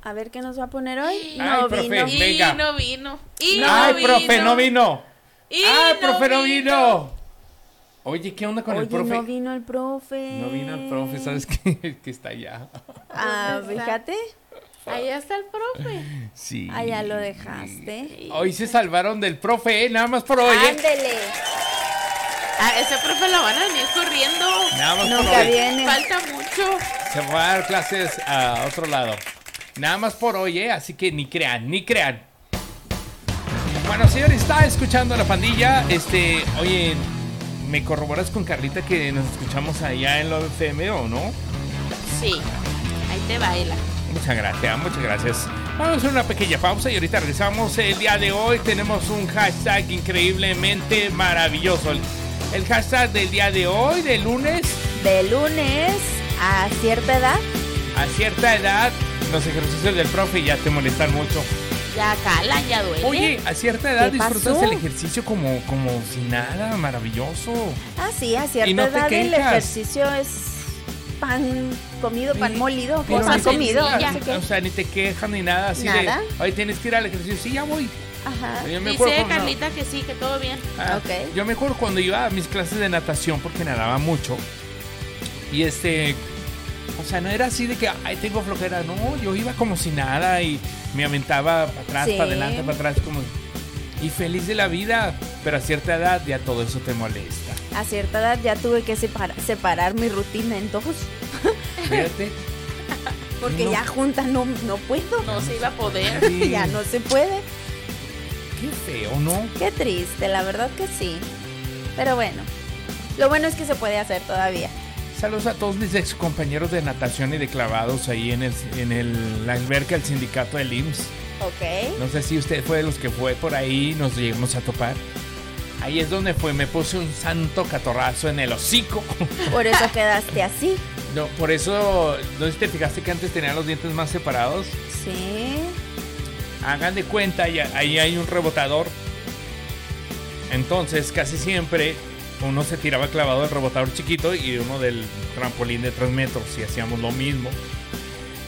[SPEAKER 1] A ver qué nos va a poner hoy. No
[SPEAKER 2] Ay, profe,
[SPEAKER 1] vino.
[SPEAKER 2] venga.
[SPEAKER 3] Y no vino. Y
[SPEAKER 2] ¡Ay,
[SPEAKER 3] no vino.
[SPEAKER 2] profe, no vino!
[SPEAKER 3] Y
[SPEAKER 2] ¡Ay,
[SPEAKER 3] no
[SPEAKER 2] profe, no
[SPEAKER 3] vino.
[SPEAKER 2] vino! Oye, ¿qué onda con
[SPEAKER 1] Oye,
[SPEAKER 2] el profe?
[SPEAKER 1] no vino el profe.
[SPEAKER 2] No vino el profe, ¿sabes qué? que está allá.
[SPEAKER 1] Ah, fíjate.
[SPEAKER 3] Allá está el profe.
[SPEAKER 2] Sí.
[SPEAKER 1] Allá lo dejaste.
[SPEAKER 2] Hoy se salvaron del profe, ¿eh? Nada más por hoy, ¿eh?
[SPEAKER 1] Ándele.
[SPEAKER 3] A Ah, ese profe lo van a venir corriendo.
[SPEAKER 2] Nada más Nunca por hoy. viene.
[SPEAKER 3] Falta mucho.
[SPEAKER 2] Se va a dar clases a otro lado. Nada más por hoy, ¿eh? Así que ni crean, ni crean. Bueno, señor, está escuchando a la pandilla. Este, oye, ¿me corroboras con Carlita que nos escuchamos allá en la FM o no?
[SPEAKER 3] Sí. Ahí te baila.
[SPEAKER 2] Muchas gracias, muchas gracias. Vamos a hacer una pequeña pausa y ahorita regresamos. El día de hoy tenemos un hashtag increíblemente maravilloso. El- El hashtag del día de hoy, de lunes,
[SPEAKER 1] De lunes a cierta edad,
[SPEAKER 2] a cierta edad, los ejercicios del profe ya te molestan mucho.
[SPEAKER 3] Ya cala, ya duele.
[SPEAKER 2] Oye, a cierta edad
[SPEAKER 1] ¿Qué pasó?
[SPEAKER 2] disfrutas el ejercicio como, como si nada, maravilloso.
[SPEAKER 1] ah, sí, a cierta
[SPEAKER 2] Y no te
[SPEAKER 1] edad
[SPEAKER 2] quejas.
[SPEAKER 1] el
[SPEAKER 2] Mm.
[SPEAKER 1] ejercicio es pan comido, pan molido,
[SPEAKER 2] Pero
[SPEAKER 1] pan
[SPEAKER 2] ni te
[SPEAKER 1] comido.
[SPEAKER 2] quejas,
[SPEAKER 1] no sé qué.
[SPEAKER 2] O sea, ni te quejas ni nada así
[SPEAKER 1] Nada. Ah,
[SPEAKER 2] de. Oye, tienes que ir al ejercicio. Sí, ya voy.
[SPEAKER 1] Ajá.
[SPEAKER 2] Yo me acuerdo
[SPEAKER 3] Dice
[SPEAKER 2] cuando-
[SPEAKER 3] Carlita que sí, que todo bien.
[SPEAKER 2] Ah, Yo me acuerdo cuando iba a mis clases de natación porque nadaba mucho. Y este. O sea, no era así de que, ay, tengo flojera. No, yo iba como si nada y me aventaba para atrás,
[SPEAKER 1] Sí.
[SPEAKER 2] para adelante, para atrás. como Y feliz de la vida. Pero a cierta edad ya todo eso te molesta.
[SPEAKER 1] A cierta edad ya tuve que separa- separar mi rutina en dos.
[SPEAKER 2] Fíjate.
[SPEAKER 1] Porque
[SPEAKER 2] No. Mm.
[SPEAKER 1] ya juntas no, no puedo.
[SPEAKER 3] No se iba a poder.
[SPEAKER 1] ya no se puede.
[SPEAKER 2] Qué feo, ¿no?
[SPEAKER 1] Qué triste, la verdad que sí. Pero bueno, lo bueno es que se puede hacer todavía.
[SPEAKER 2] Saludos a todos mis ex compañeros de natación y de clavados ahí en, el, en el, la alberca del sindicato del IMSS.
[SPEAKER 1] Ok.
[SPEAKER 2] No sé si usted fue de los que fue por ahí, nos llegamos a topar. Ahí es donde fue, me puse un santo catorrazo en el hocico.
[SPEAKER 1] Por eso quedaste así.
[SPEAKER 2] No, por eso, ¿no sé si te fijaste que antes tenía los dientes más separados?
[SPEAKER 1] Sí.
[SPEAKER 2] Hagan de cuenta, ahí, ahí hay un rebotador. Entonces, casi siempre uno se tiraba clavado del rebotador chiquito y uno del trampolín de 3 metros y hacíamos lo mismo.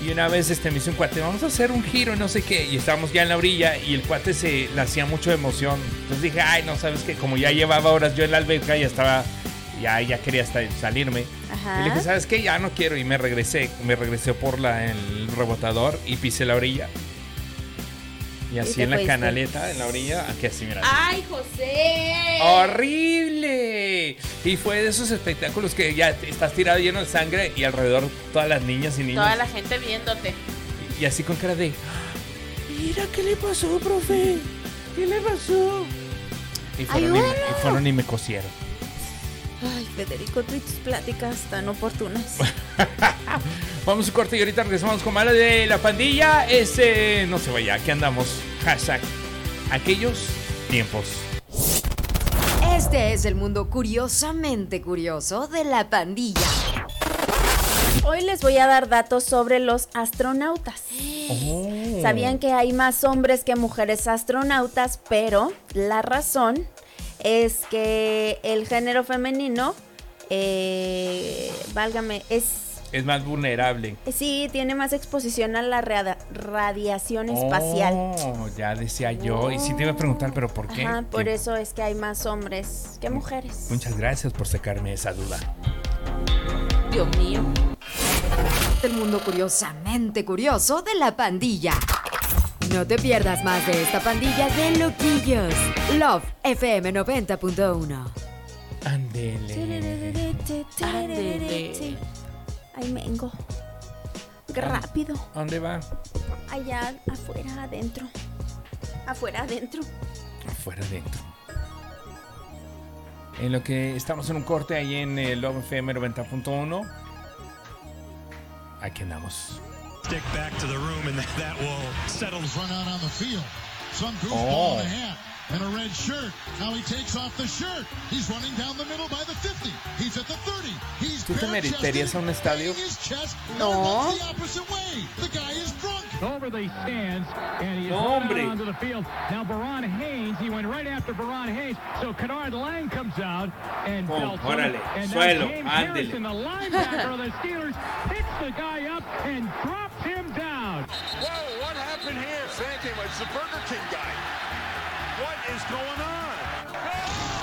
[SPEAKER 2] Y una vez este, me hizo un cuate, vamos a hacer un giro y no sé qué. Y estábamos ya en la orilla y el cuate se le hacía mucho de emoción. Entonces dije, ay, no sabes que como ya llevaba horas yo en la alberca, ya estaba, ya, ya quería hasta salirme.
[SPEAKER 1] Ajá.
[SPEAKER 2] Y le dije, ¿sabes qué? Ya no quiero. Y me regresé, me regresé por la, el rebotador y pisé la orilla. Y Ah. así
[SPEAKER 3] te
[SPEAKER 2] en la
[SPEAKER 3] fuiste.
[SPEAKER 2] canaleta, en la orilla, aquí así, mira.
[SPEAKER 3] ¡Ay, José!
[SPEAKER 2] ¡Horrible! Y fue de esos espectáculos que ya estás tirado lleno de sangre y alrededor todas las niñas y niños.
[SPEAKER 3] Toda la gente viéndote.
[SPEAKER 2] Y así con cara de.
[SPEAKER 3] Mira, ¿qué le pasó, profe? ¿Qué le pasó?
[SPEAKER 2] Y fueron, y, me-
[SPEAKER 1] Ayúdalo.
[SPEAKER 2] y fueron y me cosieron.
[SPEAKER 1] Ay, Federico, tú y tus pláticas tan oportunas.
[SPEAKER 2] Vamos a un corte y ahorita regresamos con Mala de la Pandilla. Este, no se vaya, aquí andamos. Hashtag aquellos tiempos.
[SPEAKER 15] Este es el mundo curiosamente curioso de la pandilla.
[SPEAKER 1] Hoy les voy a dar datos sobre los astronautas.
[SPEAKER 2] Oh.
[SPEAKER 1] Sabían que hay más hombres que mujeres astronautas, pero la razón es que el género femenino, eh, válgame, es
[SPEAKER 2] Es más vulnerable.
[SPEAKER 1] sí tiene más exposición a la rada- radiación espacial.
[SPEAKER 2] Oh, ya decía yo. Y sí te iba a preguntar, pero ¿por qué?
[SPEAKER 1] Ajá, por
[SPEAKER 2] Sí.
[SPEAKER 1] eso es que hay más hombres que mujeres.
[SPEAKER 2] Muchas gracias por sacarme esa duda.
[SPEAKER 1] Dios mío.
[SPEAKER 15] El mundo curiosamente curioso de la pandilla. No te pierdas más de esta pandilla de loquillos. Love FM 90.1.
[SPEAKER 1] Ándele. Ay, Mengo. Rápido.
[SPEAKER 2] ¿A dónde va?
[SPEAKER 1] Allá afuera, adentro. Afuera, adentro.
[SPEAKER 2] Afuera, adentro. En lo que estamos en un corte ahí en el Love FM 90.1. Aquí andamos.
[SPEAKER 12] Stick back to the room, and that, that will settle.
[SPEAKER 6] Run out on the field. Some
[SPEAKER 2] Oh.
[SPEAKER 6] goofball in a hat and a red shirt. Now he takes off the shirt. He's running down the middle by the 50. He's at the 30. He's
[SPEAKER 2] ¿Tú te merecerías a un estadio?
[SPEAKER 6] no. the opposite way. The guy is drunk.
[SPEAKER 26] Over the stands, and he is
[SPEAKER 2] No,
[SPEAKER 26] run
[SPEAKER 2] hombre.
[SPEAKER 26] onto the field. Now, Baron Haynes, he went right after Baron Haynes. So, Kennard Lang comes out and
[SPEAKER 2] Pum,
[SPEAKER 26] belts him.
[SPEAKER 2] Oh, órale,
[SPEAKER 26] And now
[SPEAKER 2] suelo,
[SPEAKER 26] James
[SPEAKER 2] ándele.
[SPEAKER 26] Harrison, the linebacker of the Steelers, picks the guy up and drops him down.
[SPEAKER 13] Whoa, what happened here? Thank him. It's the Burger King guy. What is going on?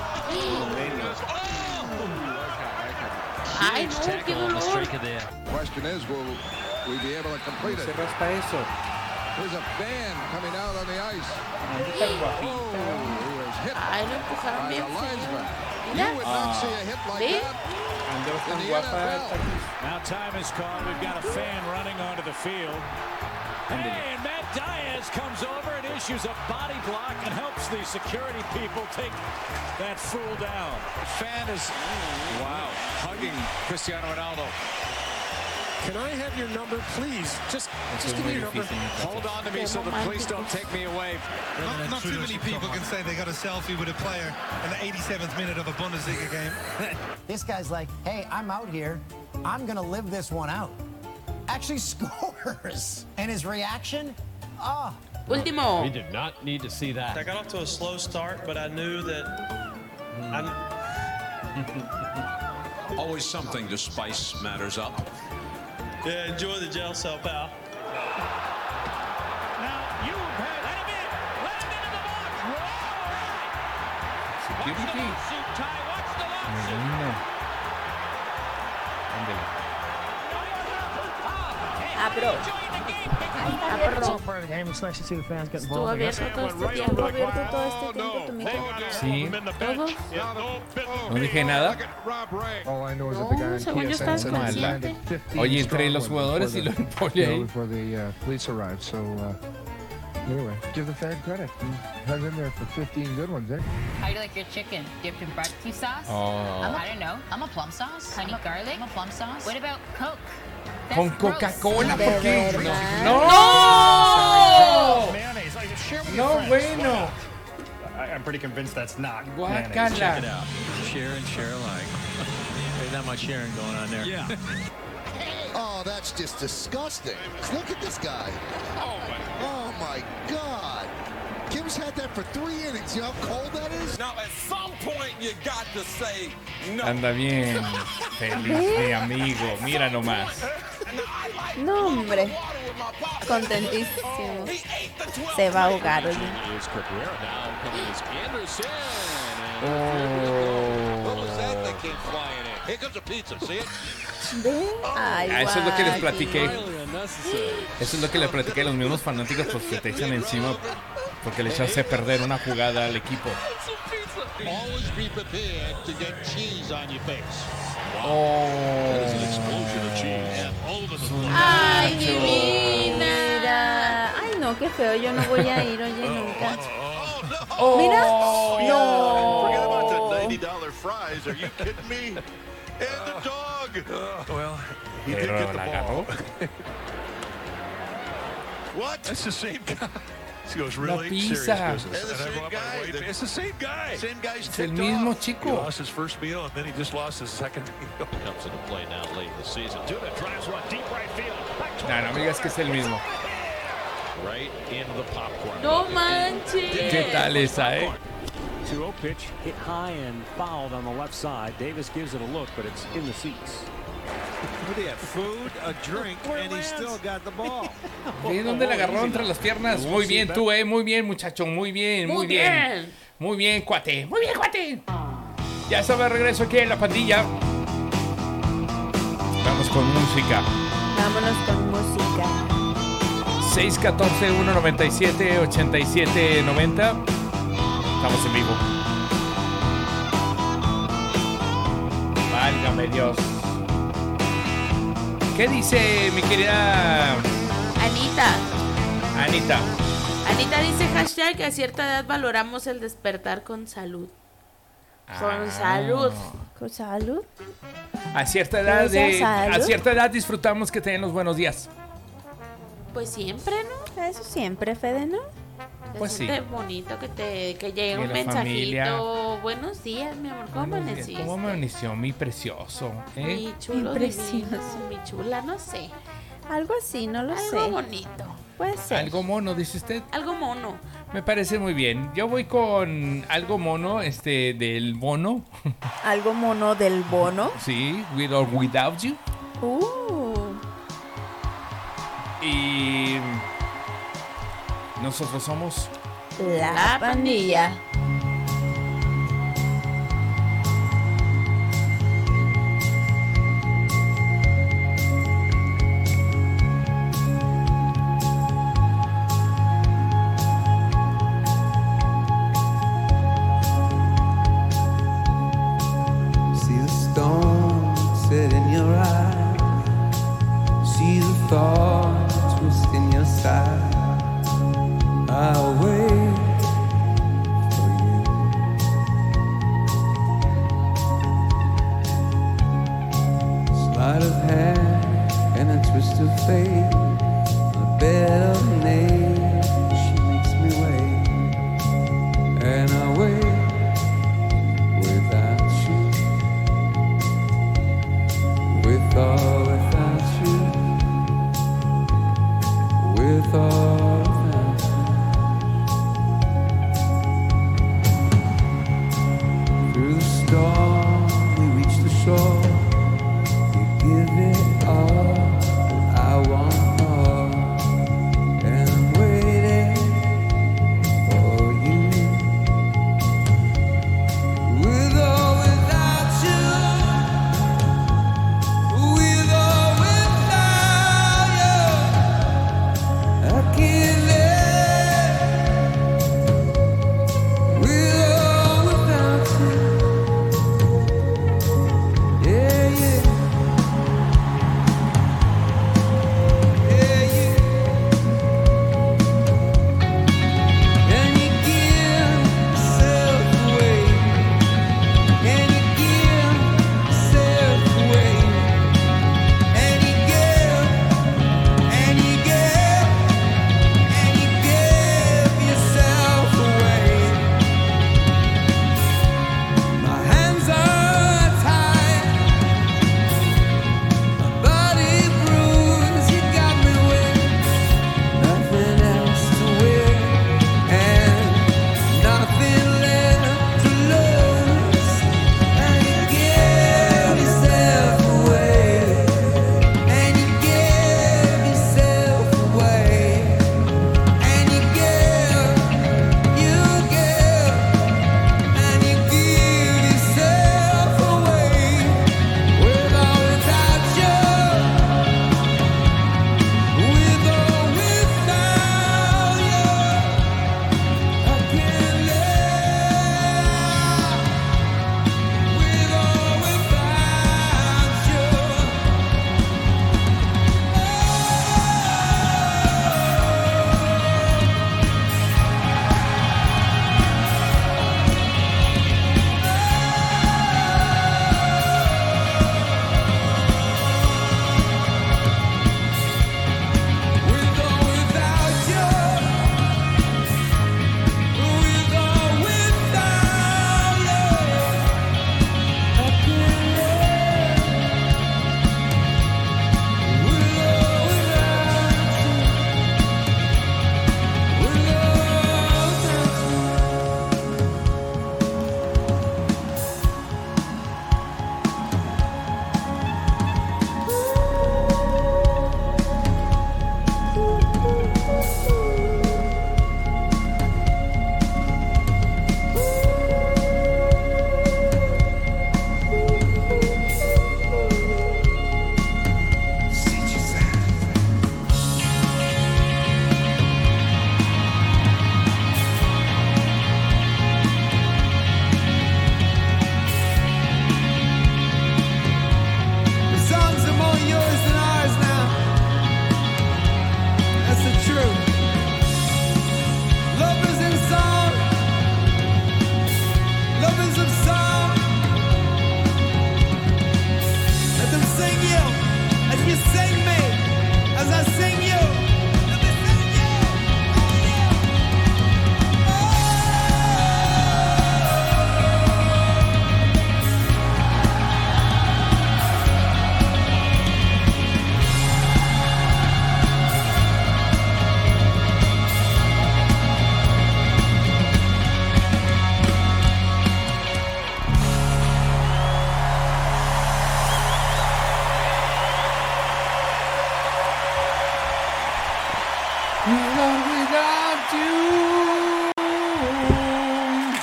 [SPEAKER 3] Ay, no, qué dolor.
[SPEAKER 13] Question is, will we be able to complete it? There's a fan coming out on the ice. Oh, he was hit by the linesman. You would not see a hit like
[SPEAKER 26] Ve.
[SPEAKER 13] that.
[SPEAKER 12] Now time is called. We've got a fan running onto the field. Hey, and Matt Diaz comes over and issues a body block and helps the security people take that fool down. Fan is wow hugging Cristiano Ronaldo. Can I have your number, please? Just, just give me your number. Hold on to me so the police don't take me away.
[SPEAKER 6] Not, not too many people can say they got a selfie with a player in the 87th minute of a Bundesliga game.
[SPEAKER 4] This guy's like, hey, I'm out here. I'm going to live this one out. Actually scores. And his reaction? Ah.
[SPEAKER 11] We did not need to see that. I got off to a slow start, but I knew that.
[SPEAKER 27] Always something to spice matters up.
[SPEAKER 11] Yeah, enjoy the jail cell, pal.
[SPEAKER 1] Abro. Abro.
[SPEAKER 4] Estuvo abierto todo este tiempo.
[SPEAKER 1] Estuvo abierto todo este tiempo tu micrófono.
[SPEAKER 2] Sí,
[SPEAKER 1] Todo.
[SPEAKER 2] no dije nada.
[SPEAKER 6] All I know is that the guy
[SPEAKER 2] según yo
[SPEAKER 6] in
[SPEAKER 2] estabas
[SPEAKER 6] PSN said he landed
[SPEAKER 2] consciente.
[SPEAKER 6] 15
[SPEAKER 2] Oye, entre
[SPEAKER 6] strong
[SPEAKER 2] los jugadores y lo
[SPEAKER 6] before
[SPEAKER 2] pone
[SPEAKER 6] the- you know,
[SPEAKER 2] ahí.
[SPEAKER 6] Before the uh, police arrived, so uh, anyway, give the fan credit. He was in there for 15 good ones, eh?
[SPEAKER 28] How do you like your chicken? Dipped in barbecue sauce?
[SPEAKER 6] Oh.
[SPEAKER 28] I'm a, I don't know. I'm a plum sauce. Honey garlic. I'm a plum sauce. What about Coke?
[SPEAKER 2] Con Coca-Cola, ¿por qué?
[SPEAKER 5] Oh.
[SPEAKER 28] No.
[SPEAKER 27] Mayonnaise. I share with
[SPEAKER 2] No
[SPEAKER 27] your friends.
[SPEAKER 2] bueno.
[SPEAKER 27] Why not? I, I'm pretty convinced that's not mayonnaise.
[SPEAKER 2] Guacala.
[SPEAKER 27] Check it out.
[SPEAKER 28] Share and share alike. There's not much sharing going on there. Yeah.
[SPEAKER 13] Oh, that's just disgusting. Look at this guy. Oh my, God. Kim's had that for three innings. You know how cold that is? Now, at some point, you got to say
[SPEAKER 2] Anda bien, feliz mi amigo. Mira nomás.
[SPEAKER 1] No, hombre. Contentísimo. Se va a ahogar, oye.
[SPEAKER 28] Here's Cabrera now. Coming is Anderson.
[SPEAKER 1] Ve. Ay,
[SPEAKER 2] Ah, eso es lo que les
[SPEAKER 1] guay.
[SPEAKER 2] platiqué. Eso es lo que le platiqué a los mismos fanáticos porque te pues, echan encima porque le echaste a perder una jugada al equipo.
[SPEAKER 14] Always be prepared to get cheese on your face.
[SPEAKER 2] Oh.
[SPEAKER 3] Ay, divina.
[SPEAKER 1] Ay, no, qué feo. Yo no voy a ir, oye, nunca.
[SPEAKER 3] Oh,
[SPEAKER 1] Mira.
[SPEAKER 5] Forget about
[SPEAKER 1] Oh.
[SPEAKER 5] the ninety dollar fries. Are you kidding me? And the dog. well, he did
[SPEAKER 2] Pero
[SPEAKER 5] get the
[SPEAKER 2] la
[SPEAKER 5] ball.
[SPEAKER 2] agarró.
[SPEAKER 5] What? That's the same guy. He goes
[SPEAKER 2] La
[SPEAKER 5] really serious
[SPEAKER 2] pizza.
[SPEAKER 5] business. And I brought my wife in. It's the same guy. Same guy's
[SPEAKER 2] Es el
[SPEAKER 5] ticked
[SPEAKER 2] mismo
[SPEAKER 5] off. He
[SPEAKER 2] chico.
[SPEAKER 5] lost his first meal and then he just lost his second meal. Comes into play now late in the season.
[SPEAKER 14] Duda drives one deep right field. Back to
[SPEAKER 2] No, no me digas que es el mismo.
[SPEAKER 14] right into the popcorn.
[SPEAKER 3] No manches.
[SPEAKER 2] ¿Qué tal esa, eh?
[SPEAKER 17] 2-0 pitch, hit high and fouled on the left side. Davis gives it a look, but it's in the seats.
[SPEAKER 28] What do you have? Food, a drink, and he still got the ball.
[SPEAKER 2] ¿De dónde la agarró entre las piernas? Muy bien, tú, eh. Muy bien, muchacho. Muy bien, muy,
[SPEAKER 3] Muy
[SPEAKER 2] bien.
[SPEAKER 3] bien.
[SPEAKER 2] Muy bien, cuate. Muy bien, cuate. Ya estamos de regreso aquí en la pandilla. Vamos con música.
[SPEAKER 1] Vámonos con música.
[SPEAKER 2] 614-197-8790. Estamos en vivo. Válgame Dios. ¿Qué dice mi querida
[SPEAKER 3] Anita.
[SPEAKER 2] Anita?
[SPEAKER 3] Anita dice hashtag que a cierta edad valoramos el despertar con salud. Con
[SPEAKER 2] Ah.
[SPEAKER 3] salud.
[SPEAKER 1] ¿Con salud?
[SPEAKER 2] A cierta edad,
[SPEAKER 1] Gracias,
[SPEAKER 2] eh,
[SPEAKER 1] Alo.
[SPEAKER 2] a cierta edad disfrutamos que tengan los buenos días.
[SPEAKER 3] Pues siempre, ¿no?
[SPEAKER 1] Eso siempre, Fede, ¿no?
[SPEAKER 2] Pues
[SPEAKER 3] Es
[SPEAKER 2] sí.
[SPEAKER 3] bonito que te que llegue
[SPEAKER 2] Y
[SPEAKER 3] un
[SPEAKER 2] la
[SPEAKER 3] mensajito.
[SPEAKER 2] familia.
[SPEAKER 3] Buenos días, mi amor. ¿Cómo
[SPEAKER 2] Buenos días.
[SPEAKER 3] amaneciste?
[SPEAKER 2] ¿Cómo amaneció mi precioso? eh?
[SPEAKER 3] Mi chulo
[SPEAKER 1] Mi precioso.
[SPEAKER 3] divino, mi chula, no sé.
[SPEAKER 1] Algo así, no lo sé.
[SPEAKER 3] Algo bonito.
[SPEAKER 1] Puede ser.
[SPEAKER 2] Algo mono, dice usted.
[SPEAKER 3] Algo mono.
[SPEAKER 2] Me parece muy bien. Yo voy con algo mono, este, del bono.
[SPEAKER 1] Algo mono del bono.
[SPEAKER 2] Sí, with or without you.
[SPEAKER 1] Uh.
[SPEAKER 2] Y nosotros somos.
[SPEAKER 1] La pandilla.
[SPEAKER 20] See the storm set in your eyes. See the thought twist in your side. I'll wait for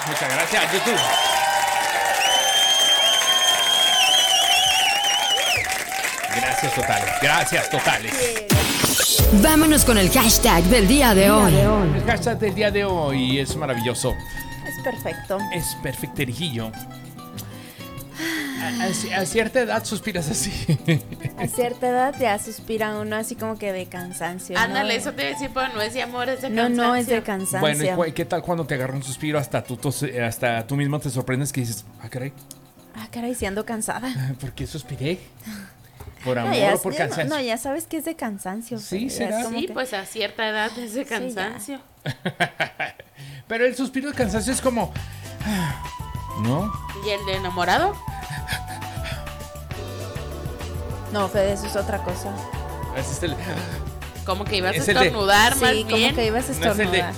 [SPEAKER 2] Muchas gracias, YouTube. Gracias totales, gracias totales.
[SPEAKER 15] Vámonos con el hashtag del día de hoy.
[SPEAKER 2] El hashtag del día de hoy es maravilloso.
[SPEAKER 1] Es perfecto.
[SPEAKER 2] Es perfecterijillo. A, a- a cierta edad suspiras así.
[SPEAKER 1] A cierta edad ya suspira uno así como que de cansancio. ¿no?
[SPEAKER 3] Ándale, eso te decía, pero no es de amor, es de
[SPEAKER 1] No,
[SPEAKER 3] cansancio.
[SPEAKER 1] no, es de cansancio.
[SPEAKER 2] Bueno, ¿y cu- qué tal cuando te agarra un suspiro hasta tú, tos- hasta tú mismo te sorprendes que dices, ah, caray,
[SPEAKER 1] Ah, caray, si ando cansada.
[SPEAKER 2] ¿por qué suspiré? ¿Por
[SPEAKER 1] No,
[SPEAKER 2] amor
[SPEAKER 1] ya-
[SPEAKER 2] o por
[SPEAKER 1] no,
[SPEAKER 2] cansancio?
[SPEAKER 1] No, ya sabes que es de cansancio.
[SPEAKER 2] Sí,
[SPEAKER 1] pero ya
[SPEAKER 2] será.
[SPEAKER 1] es como
[SPEAKER 3] Sí,
[SPEAKER 1] que-
[SPEAKER 3] pues a cierta edad es de cansancio.
[SPEAKER 2] Pero el suspiro de cansancio es como, "Ah", ¿no?
[SPEAKER 3] ¿Y el de enamorado?
[SPEAKER 1] No, Fede, eso es otra cosa.
[SPEAKER 2] Ese es el-
[SPEAKER 3] Como que ibas
[SPEAKER 2] Es
[SPEAKER 3] a
[SPEAKER 2] el de-
[SPEAKER 3] estornudar
[SPEAKER 1] Sí,
[SPEAKER 3] más
[SPEAKER 1] como
[SPEAKER 3] bien.
[SPEAKER 1] que ibas a
[SPEAKER 2] No es el de-
[SPEAKER 1] estornudar.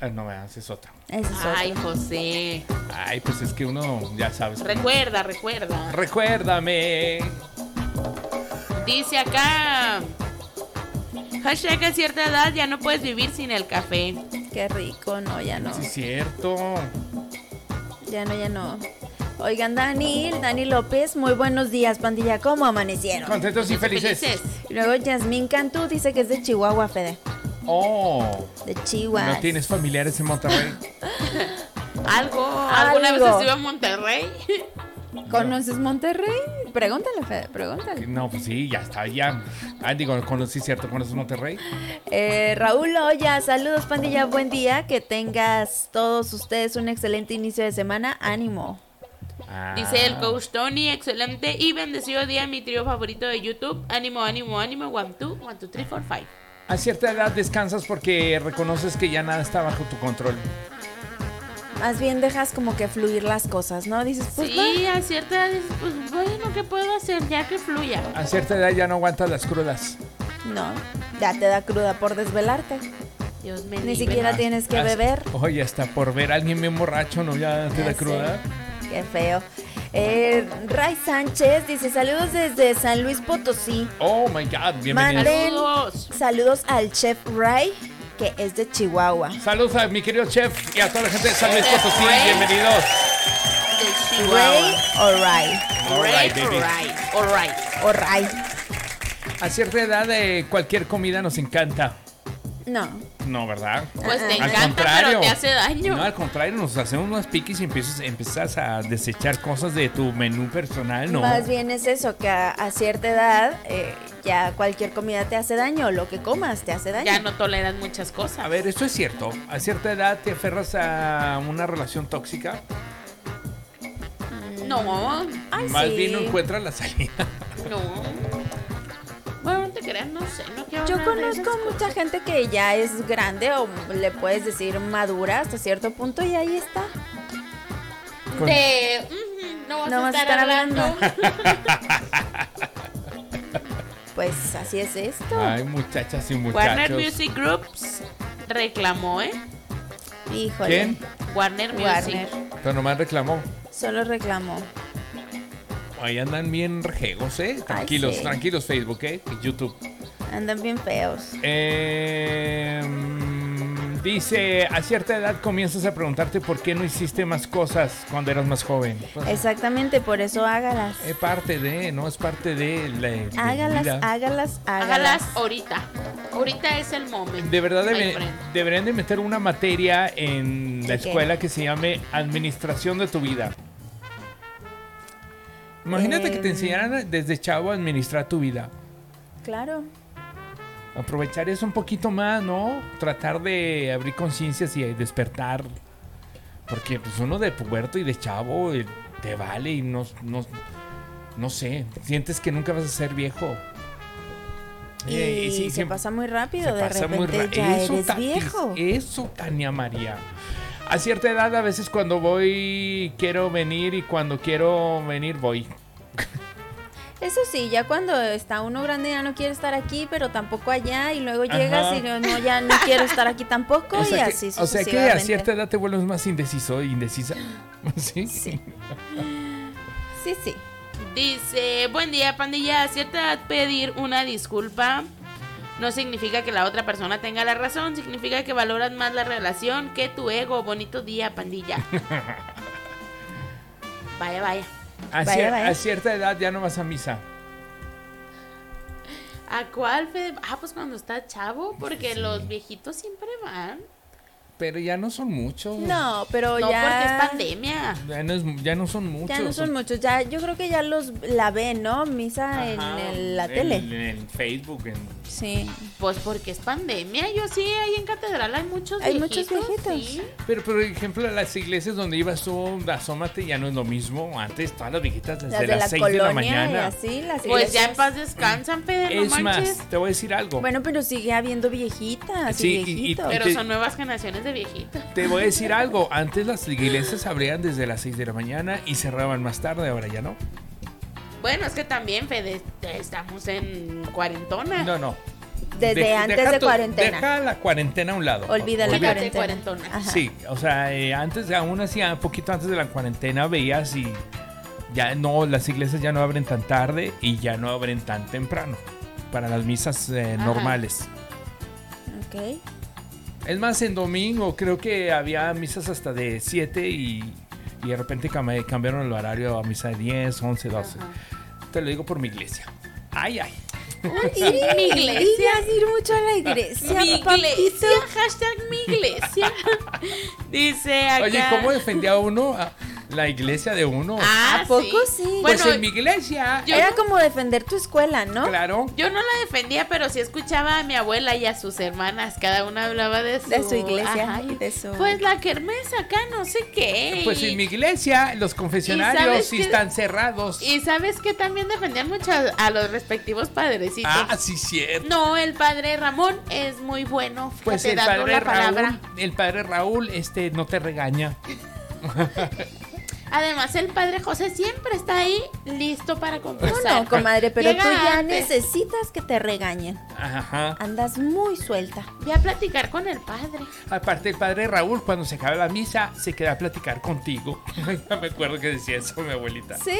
[SPEAKER 2] Ah, no, ese es otro.
[SPEAKER 1] Ese es
[SPEAKER 3] Ay, José.
[SPEAKER 2] Ay, pues es que uno ya sabes.
[SPEAKER 3] Recuerda, recuerda.
[SPEAKER 2] Recuérdame.
[SPEAKER 3] Dice acá. Hashtag a cierta edad ya no puedes vivir sin el café.
[SPEAKER 1] Qué rico, no, ya no.
[SPEAKER 2] Sí, es cierto.
[SPEAKER 1] Ya no, ya no. Oigan, Daniel, Dani López, muy buenos días, pandilla. ¿Cómo amanecieron?
[SPEAKER 2] Contentos y felices.
[SPEAKER 1] Y Luego Yasmín Cantú dice que es de Chihuahua, Fede.
[SPEAKER 2] Oh.
[SPEAKER 1] De Chihuahua.
[SPEAKER 2] ¿No tienes familiares en Monterrey?
[SPEAKER 3] Algo. ¿Alguna vez
[SPEAKER 1] Algo.
[SPEAKER 3] estuve en Monterrey?
[SPEAKER 1] ¿Conoces Monterrey? Pregúntale, Fede, pregúntale.
[SPEAKER 2] No, pues sí, ya está, ya. Ah, digo, conocí, ¿cierto? ¿Conoces Monterrey?
[SPEAKER 1] Eh, Raúl Olla, saludos, pandilla. Buen día. Que tengas todos ustedes un excelente inicio de semana. Ánimo.
[SPEAKER 2] Ah.
[SPEAKER 3] Dice el coach Tony, excelente y bendecido día, mi trío favorito de YouTube. Ánimo, ánimo, ánimo. One, two, one, two, three, four, five.
[SPEAKER 2] Ah. A cierta edad descansas porque reconoces que ya nada está bajo tu control.
[SPEAKER 1] Más bien dejas como que fluir las cosas, ¿no? Dices, pues
[SPEAKER 3] Sí, a cierta edad, dices, pues bueno, ¿qué puedo hacer? Ya que fluya.
[SPEAKER 2] A cierta edad ya no aguantas las crudas.
[SPEAKER 1] no. No, ya te da cruda por desvelarte.
[SPEAKER 3] Dios me
[SPEAKER 1] Ni
[SPEAKER 3] libre.
[SPEAKER 1] siquiera tienes que
[SPEAKER 2] Hasta-
[SPEAKER 1] beber.
[SPEAKER 2] Oye, hasta por ver a alguien bien borracho, ¿no? Ya Ah, te
[SPEAKER 1] Ya
[SPEAKER 2] da
[SPEAKER 1] sé.
[SPEAKER 2] cruda.
[SPEAKER 1] Qué feo. Eh, Ray Sánchez dice, saludos desde San Luis Potosí.
[SPEAKER 2] Oh my god, bienvenido.
[SPEAKER 1] Manden saludos al chef Ray, que es de Chihuahua.
[SPEAKER 2] Saludos a mi querido chef y a toda la gente de San Luis
[SPEAKER 1] Chef
[SPEAKER 2] Potosí.
[SPEAKER 1] Ray.
[SPEAKER 2] Bienvenidos.
[SPEAKER 1] Ray o Ray.
[SPEAKER 2] All right, baby.
[SPEAKER 3] All right.
[SPEAKER 1] O Ray.
[SPEAKER 2] A cierta edad, eh, cualquier comida nos encanta.
[SPEAKER 1] No.
[SPEAKER 2] No, ¿verdad?
[SPEAKER 3] Pues te
[SPEAKER 2] Al
[SPEAKER 3] encanta,
[SPEAKER 2] contrario.
[SPEAKER 3] pero te hace daño.
[SPEAKER 2] No, al contrario, nos hacemos unos piques y empiezas, empiezas a desechar cosas de tu menú personal, ¿no?
[SPEAKER 1] Más bien es eso, que a, a cierta edad eh, ya cualquier comida te hace daño, lo que comas te hace daño.
[SPEAKER 3] Ya no toleran muchas cosas.
[SPEAKER 2] A ver, esto es cierto. A cierta edad te aferras a una relación tóxica.
[SPEAKER 3] No.
[SPEAKER 1] Mm.
[SPEAKER 3] Ay,
[SPEAKER 2] Más
[SPEAKER 3] sí.
[SPEAKER 2] bien no encuentras la salida.
[SPEAKER 3] No. Bueno, no te creas, no sé. No quiero
[SPEAKER 1] Yo
[SPEAKER 3] hablar de
[SPEAKER 1] conozco mucha gente que ya es grande o le puedes decir madura hasta cierto punto y ahí está.
[SPEAKER 2] Con-
[SPEAKER 3] De, "Ujú, no vas a estar, hablando.
[SPEAKER 1] pues así es esto.
[SPEAKER 2] Ay, muchachas y
[SPEAKER 3] Warner
[SPEAKER 2] muchachos.
[SPEAKER 3] Music Groups reclamó, ¿eh?
[SPEAKER 1] Híjole.
[SPEAKER 2] ¿Quién?
[SPEAKER 3] Warner Music.
[SPEAKER 1] Warner.
[SPEAKER 2] Pero nomás reclamó.
[SPEAKER 1] Solo reclamó.
[SPEAKER 2] Ahí andan bien rejegos, ¿eh? Tranquilos,
[SPEAKER 1] sí.
[SPEAKER 2] tranquilos Facebook, ¿eh? Y YouTube.
[SPEAKER 1] Andan bien feos.
[SPEAKER 2] Eh, mm, dice, a cierta edad comienzas a preguntarte por qué no hiciste más cosas cuando eras más joven. Pues,
[SPEAKER 1] Exactamente, por eso hágalas.
[SPEAKER 2] Es parte de, ¿no? Es parte de la de la
[SPEAKER 1] Hágalas,
[SPEAKER 2] vida.
[SPEAKER 1] hágalas, hágalas.
[SPEAKER 3] Hágalas ahorita. Ahorita es el momento.
[SPEAKER 2] De verdad
[SPEAKER 3] my
[SPEAKER 2] debe-
[SPEAKER 3] friend.
[SPEAKER 2] deberían de meter una materia en la
[SPEAKER 3] ¿De qué?
[SPEAKER 2] escuela que se llame Administración de tu vida. Imagínate que te
[SPEAKER 1] Em.
[SPEAKER 2] enseñaran desde chavo a administrar tu vida.
[SPEAKER 1] Claro.
[SPEAKER 2] Aprovechar eso un poquito más, ¿no? Tratar de abrir conciencias y despertar. Porque pues uno de puberto y de chavo eh, te vale y no, no, no sé, sientes que nunca vas a ser viejo.
[SPEAKER 1] Y,
[SPEAKER 2] Eh, sí,
[SPEAKER 1] se
[SPEAKER 2] siempre-
[SPEAKER 1] pasa muy rápido,
[SPEAKER 2] se
[SPEAKER 1] de
[SPEAKER 2] pasa muy
[SPEAKER 1] repente
[SPEAKER 2] ra-
[SPEAKER 1] ya
[SPEAKER 2] Eso,
[SPEAKER 1] eres
[SPEAKER 2] Tatis,
[SPEAKER 1] viejo.
[SPEAKER 2] Eso, Tania María. A cierta edad, a veces cuando voy, quiero venir y cuando quiero venir, voy.
[SPEAKER 1] Eso sí, ya cuando está uno grande ya no quiere estar aquí, pero tampoco allá, y luego llegas
[SPEAKER 2] Ajá.
[SPEAKER 1] y no, no, ya no quiero estar aquí tampoco,
[SPEAKER 2] o sea
[SPEAKER 1] y
[SPEAKER 2] que,
[SPEAKER 1] así
[SPEAKER 2] o sea que a
[SPEAKER 1] sucesivamente.
[SPEAKER 2] cierta edad te vuelves más indeciso, indecisa. ¿Sí?
[SPEAKER 1] Sí, sí.
[SPEAKER 3] Dice, buen día, pandilla. A cierta edad pedir una disculpa No significa que la otra persona tenga la razón, significa que valoras más la relación que tu ego. Bonito día, pandilla. Vaya, vaya.
[SPEAKER 2] A,
[SPEAKER 3] Vaya,
[SPEAKER 2] cier-
[SPEAKER 3] vaya.
[SPEAKER 2] a cierta edad ya no vas a misa.
[SPEAKER 3] ¿A cuál, Fede? Ah, pues cuando está chavo, porque los viejitos siempre van.
[SPEAKER 2] Pero ya no son muchos.
[SPEAKER 1] No, pero
[SPEAKER 3] No,
[SPEAKER 1] ya.
[SPEAKER 3] porque es pandemia.
[SPEAKER 2] Ya no, es- ya no son muchos.
[SPEAKER 1] Ya no son muchos, ya yo creo que ya los la ven, ¿no? Misa en
[SPEAKER 2] Ajá,
[SPEAKER 1] el- la
[SPEAKER 2] en-
[SPEAKER 1] tele.
[SPEAKER 2] En, Facebook. en-
[SPEAKER 1] Sí.
[SPEAKER 3] Pues porque es pandemia. Yo sí, ahí en catedral hay muchos
[SPEAKER 1] Hay muchos
[SPEAKER 3] viejitos. sí.
[SPEAKER 2] Pero, por ejemplo, las iglesias donde ibas tú, asómate, ya no es lo mismo. Antes todas las viejitas desde
[SPEAKER 1] Las de
[SPEAKER 2] las
[SPEAKER 1] la
[SPEAKER 2] 6
[SPEAKER 1] colonia
[SPEAKER 2] de la
[SPEAKER 1] y
[SPEAKER 2] mañana.
[SPEAKER 1] así, las
[SPEAKER 3] Pues ya
[SPEAKER 1] iglesias.
[SPEAKER 3] en paz descansan, Pedro, no
[SPEAKER 2] es
[SPEAKER 3] manches.
[SPEAKER 2] más, te voy a decir algo.
[SPEAKER 1] Bueno, pero sigue habiendo viejitas
[SPEAKER 2] Sí, y-
[SPEAKER 1] y
[SPEAKER 2] y-
[SPEAKER 1] viejitos.
[SPEAKER 2] Pero
[SPEAKER 3] Pero
[SPEAKER 2] te-
[SPEAKER 3] son nuevas generaciones de viejitos.
[SPEAKER 2] Te voy a decir algo. Antes las iglesias abrían desde las 6 de la mañana y cerraban más tarde, ahora ya no.
[SPEAKER 3] Bueno, es que también, Fede, estamos en cuarentona.
[SPEAKER 2] No, no.
[SPEAKER 1] Ah, Desde
[SPEAKER 2] Dej-
[SPEAKER 1] antes
[SPEAKER 2] deja
[SPEAKER 1] de
[SPEAKER 2] tu-
[SPEAKER 1] cuarentena.
[SPEAKER 2] Deja la cuarentena a un lado.
[SPEAKER 1] Olvida la
[SPEAKER 2] Olvídate.
[SPEAKER 1] cuarentena. Ajá.
[SPEAKER 2] Sí, o sea, eh, antes, aún así, un poquito antes de la cuarentena veías y ya no, las iglesias ya no abren tan tarde y ya no abren tan temprano para las misas eh,
[SPEAKER 1] Ajá.
[SPEAKER 2] normales.
[SPEAKER 1] Ok.
[SPEAKER 2] Es más, en domingo creo que había misas hasta de 7 y, y de repente cam- cambiaron el horario a misa de 10, 11, 12. Te lo digo por mi iglesia. Ay, ay.
[SPEAKER 1] Ir,
[SPEAKER 3] Mi iglesia.
[SPEAKER 1] Digas ir mucho a la iglesia.
[SPEAKER 3] Mi
[SPEAKER 1] papá.
[SPEAKER 3] iglesia, hashtag mi iglesia. Dice acá.
[SPEAKER 2] Oye, ¿cómo defendía uno a la iglesia de uno?
[SPEAKER 3] Ah,
[SPEAKER 1] ¿A poco sí?
[SPEAKER 2] Pues en mi iglesia.
[SPEAKER 3] yo-
[SPEAKER 1] Era como defender tu escuela, ¿no?
[SPEAKER 2] Claro.
[SPEAKER 3] Yo no la defendía, pero sí escuchaba a mi abuela y a sus hermanas. Cada una hablaba de su,
[SPEAKER 1] De su iglesia.
[SPEAKER 3] Ajá, y-
[SPEAKER 1] de su...
[SPEAKER 3] Pues la kermés acá, no sé qué.
[SPEAKER 2] Pues en mi iglesia los confesionarios
[SPEAKER 3] sabes
[SPEAKER 2] sí
[SPEAKER 3] qué?
[SPEAKER 2] están cerrados.
[SPEAKER 3] Y sabes que también defendían mucho a, a los respectivos padrecitos.
[SPEAKER 2] Ah, sí, cierto.
[SPEAKER 3] No, el padre Ramón es muy bueno. Fíjate,
[SPEAKER 2] Pues el
[SPEAKER 3] dando
[SPEAKER 2] padre,
[SPEAKER 3] la palabra.
[SPEAKER 2] Raúl, el padre Raúl, este, no te regaña.
[SPEAKER 3] Además, el padre José siempre está ahí listo para
[SPEAKER 1] No,
[SPEAKER 3] conversar.
[SPEAKER 1] no, comadre, pero
[SPEAKER 3] Llega
[SPEAKER 1] tú ya
[SPEAKER 3] antes.
[SPEAKER 1] necesitas que te regañen.
[SPEAKER 2] Ajá.
[SPEAKER 1] Andas muy suelta.
[SPEAKER 3] Ya platicar con el padre.
[SPEAKER 2] Aparte, el padre Raúl, cuando se acaba la misa, se queda a platicar contigo. Ya me acuerdo que decía eso mi abuelita.
[SPEAKER 1] Sí.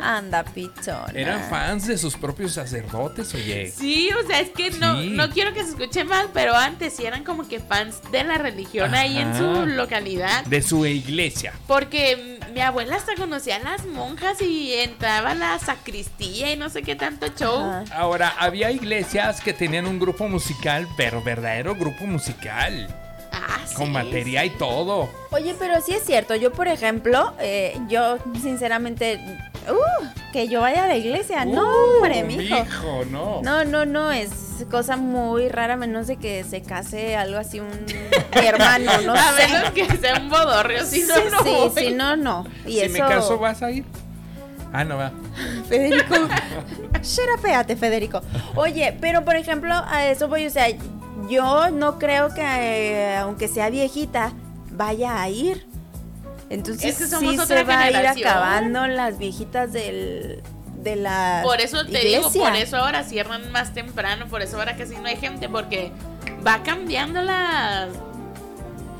[SPEAKER 1] Ah. Anda, pichón.
[SPEAKER 2] Eran fans de sus propios sacerdotes, oye.
[SPEAKER 3] Sí, o sea, es que no,
[SPEAKER 2] Sí.
[SPEAKER 3] no quiero que se escuche mal, pero antes sí eran como que fans de la religión ahí en
[SPEAKER 2] Ajá.
[SPEAKER 3] su localidad.
[SPEAKER 2] De su iglesia.
[SPEAKER 3] Porque mm, mi abuela hasta conocía a las monjas y entraba a la sacristía y no sé qué tanto show.
[SPEAKER 1] Ah.
[SPEAKER 2] Ahora, había iglesias que tenían un grupo musical, pero verdadero grupo musical.
[SPEAKER 3] Ah,
[SPEAKER 2] Con materia y todo.
[SPEAKER 1] Oye, pero sí es cierto. Yo, por ejemplo, eh, yo sinceramente. uh, que yo vaya a la iglesia.
[SPEAKER 3] Uh,
[SPEAKER 1] no, hombre, mijo.
[SPEAKER 2] Mijo, Uh, no.
[SPEAKER 1] No, no, no, es cosa muy rara, a menos de que se case algo así un mi hermano, no
[SPEAKER 3] a
[SPEAKER 1] sé.
[SPEAKER 3] menos que sea un bodorrio, si no,
[SPEAKER 1] Sí,
[SPEAKER 3] no.
[SPEAKER 1] sí,
[SPEAKER 3] voy.
[SPEAKER 1] sí, no, no. Y
[SPEAKER 2] si
[SPEAKER 1] eso,
[SPEAKER 2] me caso, ¿vas a ir? Ah, no va.
[SPEAKER 1] Federico, sheraféate, Federico. Oye, pero por ejemplo, a eso voy, o sea, yo no creo que, eh, aunque sea viejita, vaya a ir. Entonces,
[SPEAKER 3] Es que somos
[SPEAKER 1] sí
[SPEAKER 3] otra
[SPEAKER 1] se va a ir
[SPEAKER 3] generación.
[SPEAKER 1] acabando las viejitas del, de la
[SPEAKER 3] Por eso te digo,
[SPEAKER 1] iglesia.
[SPEAKER 3] por eso ahora cierran más temprano, por eso ahora casi no hay gente, porque va cambiando las.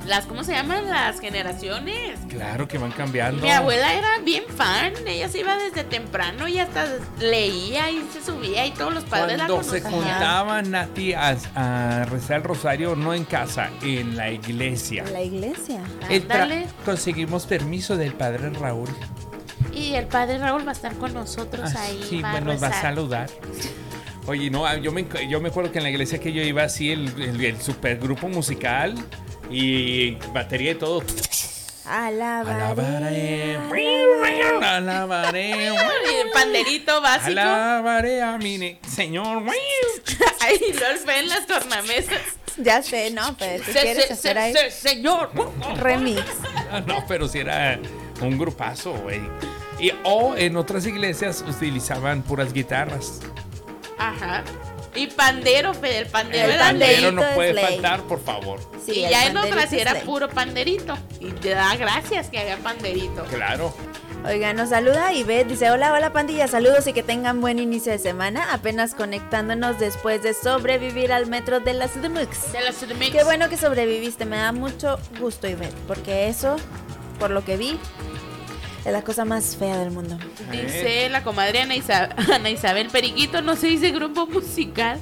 [SPEAKER 3] las ¿Cómo se llaman? Las generaciones.
[SPEAKER 2] Claro que van cambiando.
[SPEAKER 3] Mi abuela era bien fan, ella se iba desde temprano y hasta leía y se subía y todos los padres
[SPEAKER 2] Cuando
[SPEAKER 3] la
[SPEAKER 2] se
[SPEAKER 3] conocían.
[SPEAKER 2] juntaban Nati a, a rezar el rosario, no en casa, en la iglesia.
[SPEAKER 1] La iglesia.
[SPEAKER 2] El tra-
[SPEAKER 3] Ándale.
[SPEAKER 2] conseguimos permiso del padre Raúl.
[SPEAKER 3] Y el padre Raúl va a estar con nosotros Pues ahí.
[SPEAKER 2] Ah, Sí,
[SPEAKER 3] va a
[SPEAKER 2] bueno, nos va a
[SPEAKER 3] rezar.
[SPEAKER 2] saludar. Oye, no, ah, yo me, encu- yo me acuerdo que en la iglesia que yo iba así, el, el- el supergrupo musical y batería y todo. Alabaré. Alabaré.
[SPEAKER 3] El panderito básico.
[SPEAKER 2] Alabaré a mi ne- señor.
[SPEAKER 3] Ahí los ven las tornamesas.
[SPEAKER 1] Ya sé, no, pero tú
[SPEAKER 3] Se-
[SPEAKER 1] quieres
[SPEAKER 3] se-
[SPEAKER 1] hacer
[SPEAKER 3] se-
[SPEAKER 1] ahí
[SPEAKER 3] se- señor.
[SPEAKER 1] remix.
[SPEAKER 2] Ah, No, pero si era un grupazo, güey. Y, o en otras iglesias utilizaban puras guitarras.
[SPEAKER 3] Ajá. Y pandero, Fede, el pandero
[SPEAKER 2] El
[SPEAKER 3] era
[SPEAKER 2] pandero
[SPEAKER 3] ley.
[SPEAKER 2] no puede faltar, por favor.
[SPEAKER 3] y ya en otras sí era puro panderito. Y te da gracias que había panderito.
[SPEAKER 2] Claro.
[SPEAKER 1] Oiga, nos saluda Ivette, dice, hola, hola pandilla, saludos y que tengan buen inicio de semana, apenas conectándonos después de sobrevivir al metro de la Sudmux.
[SPEAKER 3] De la Sudmux.
[SPEAKER 1] Qué bueno que sobreviviste, me da mucho gusto Ivette, porque eso, por lo que vi, es la cosa más fea del mundo.
[SPEAKER 3] Dice la comadre Ana, Isa- Ana Isabel Periquito, no se dice grupo musical.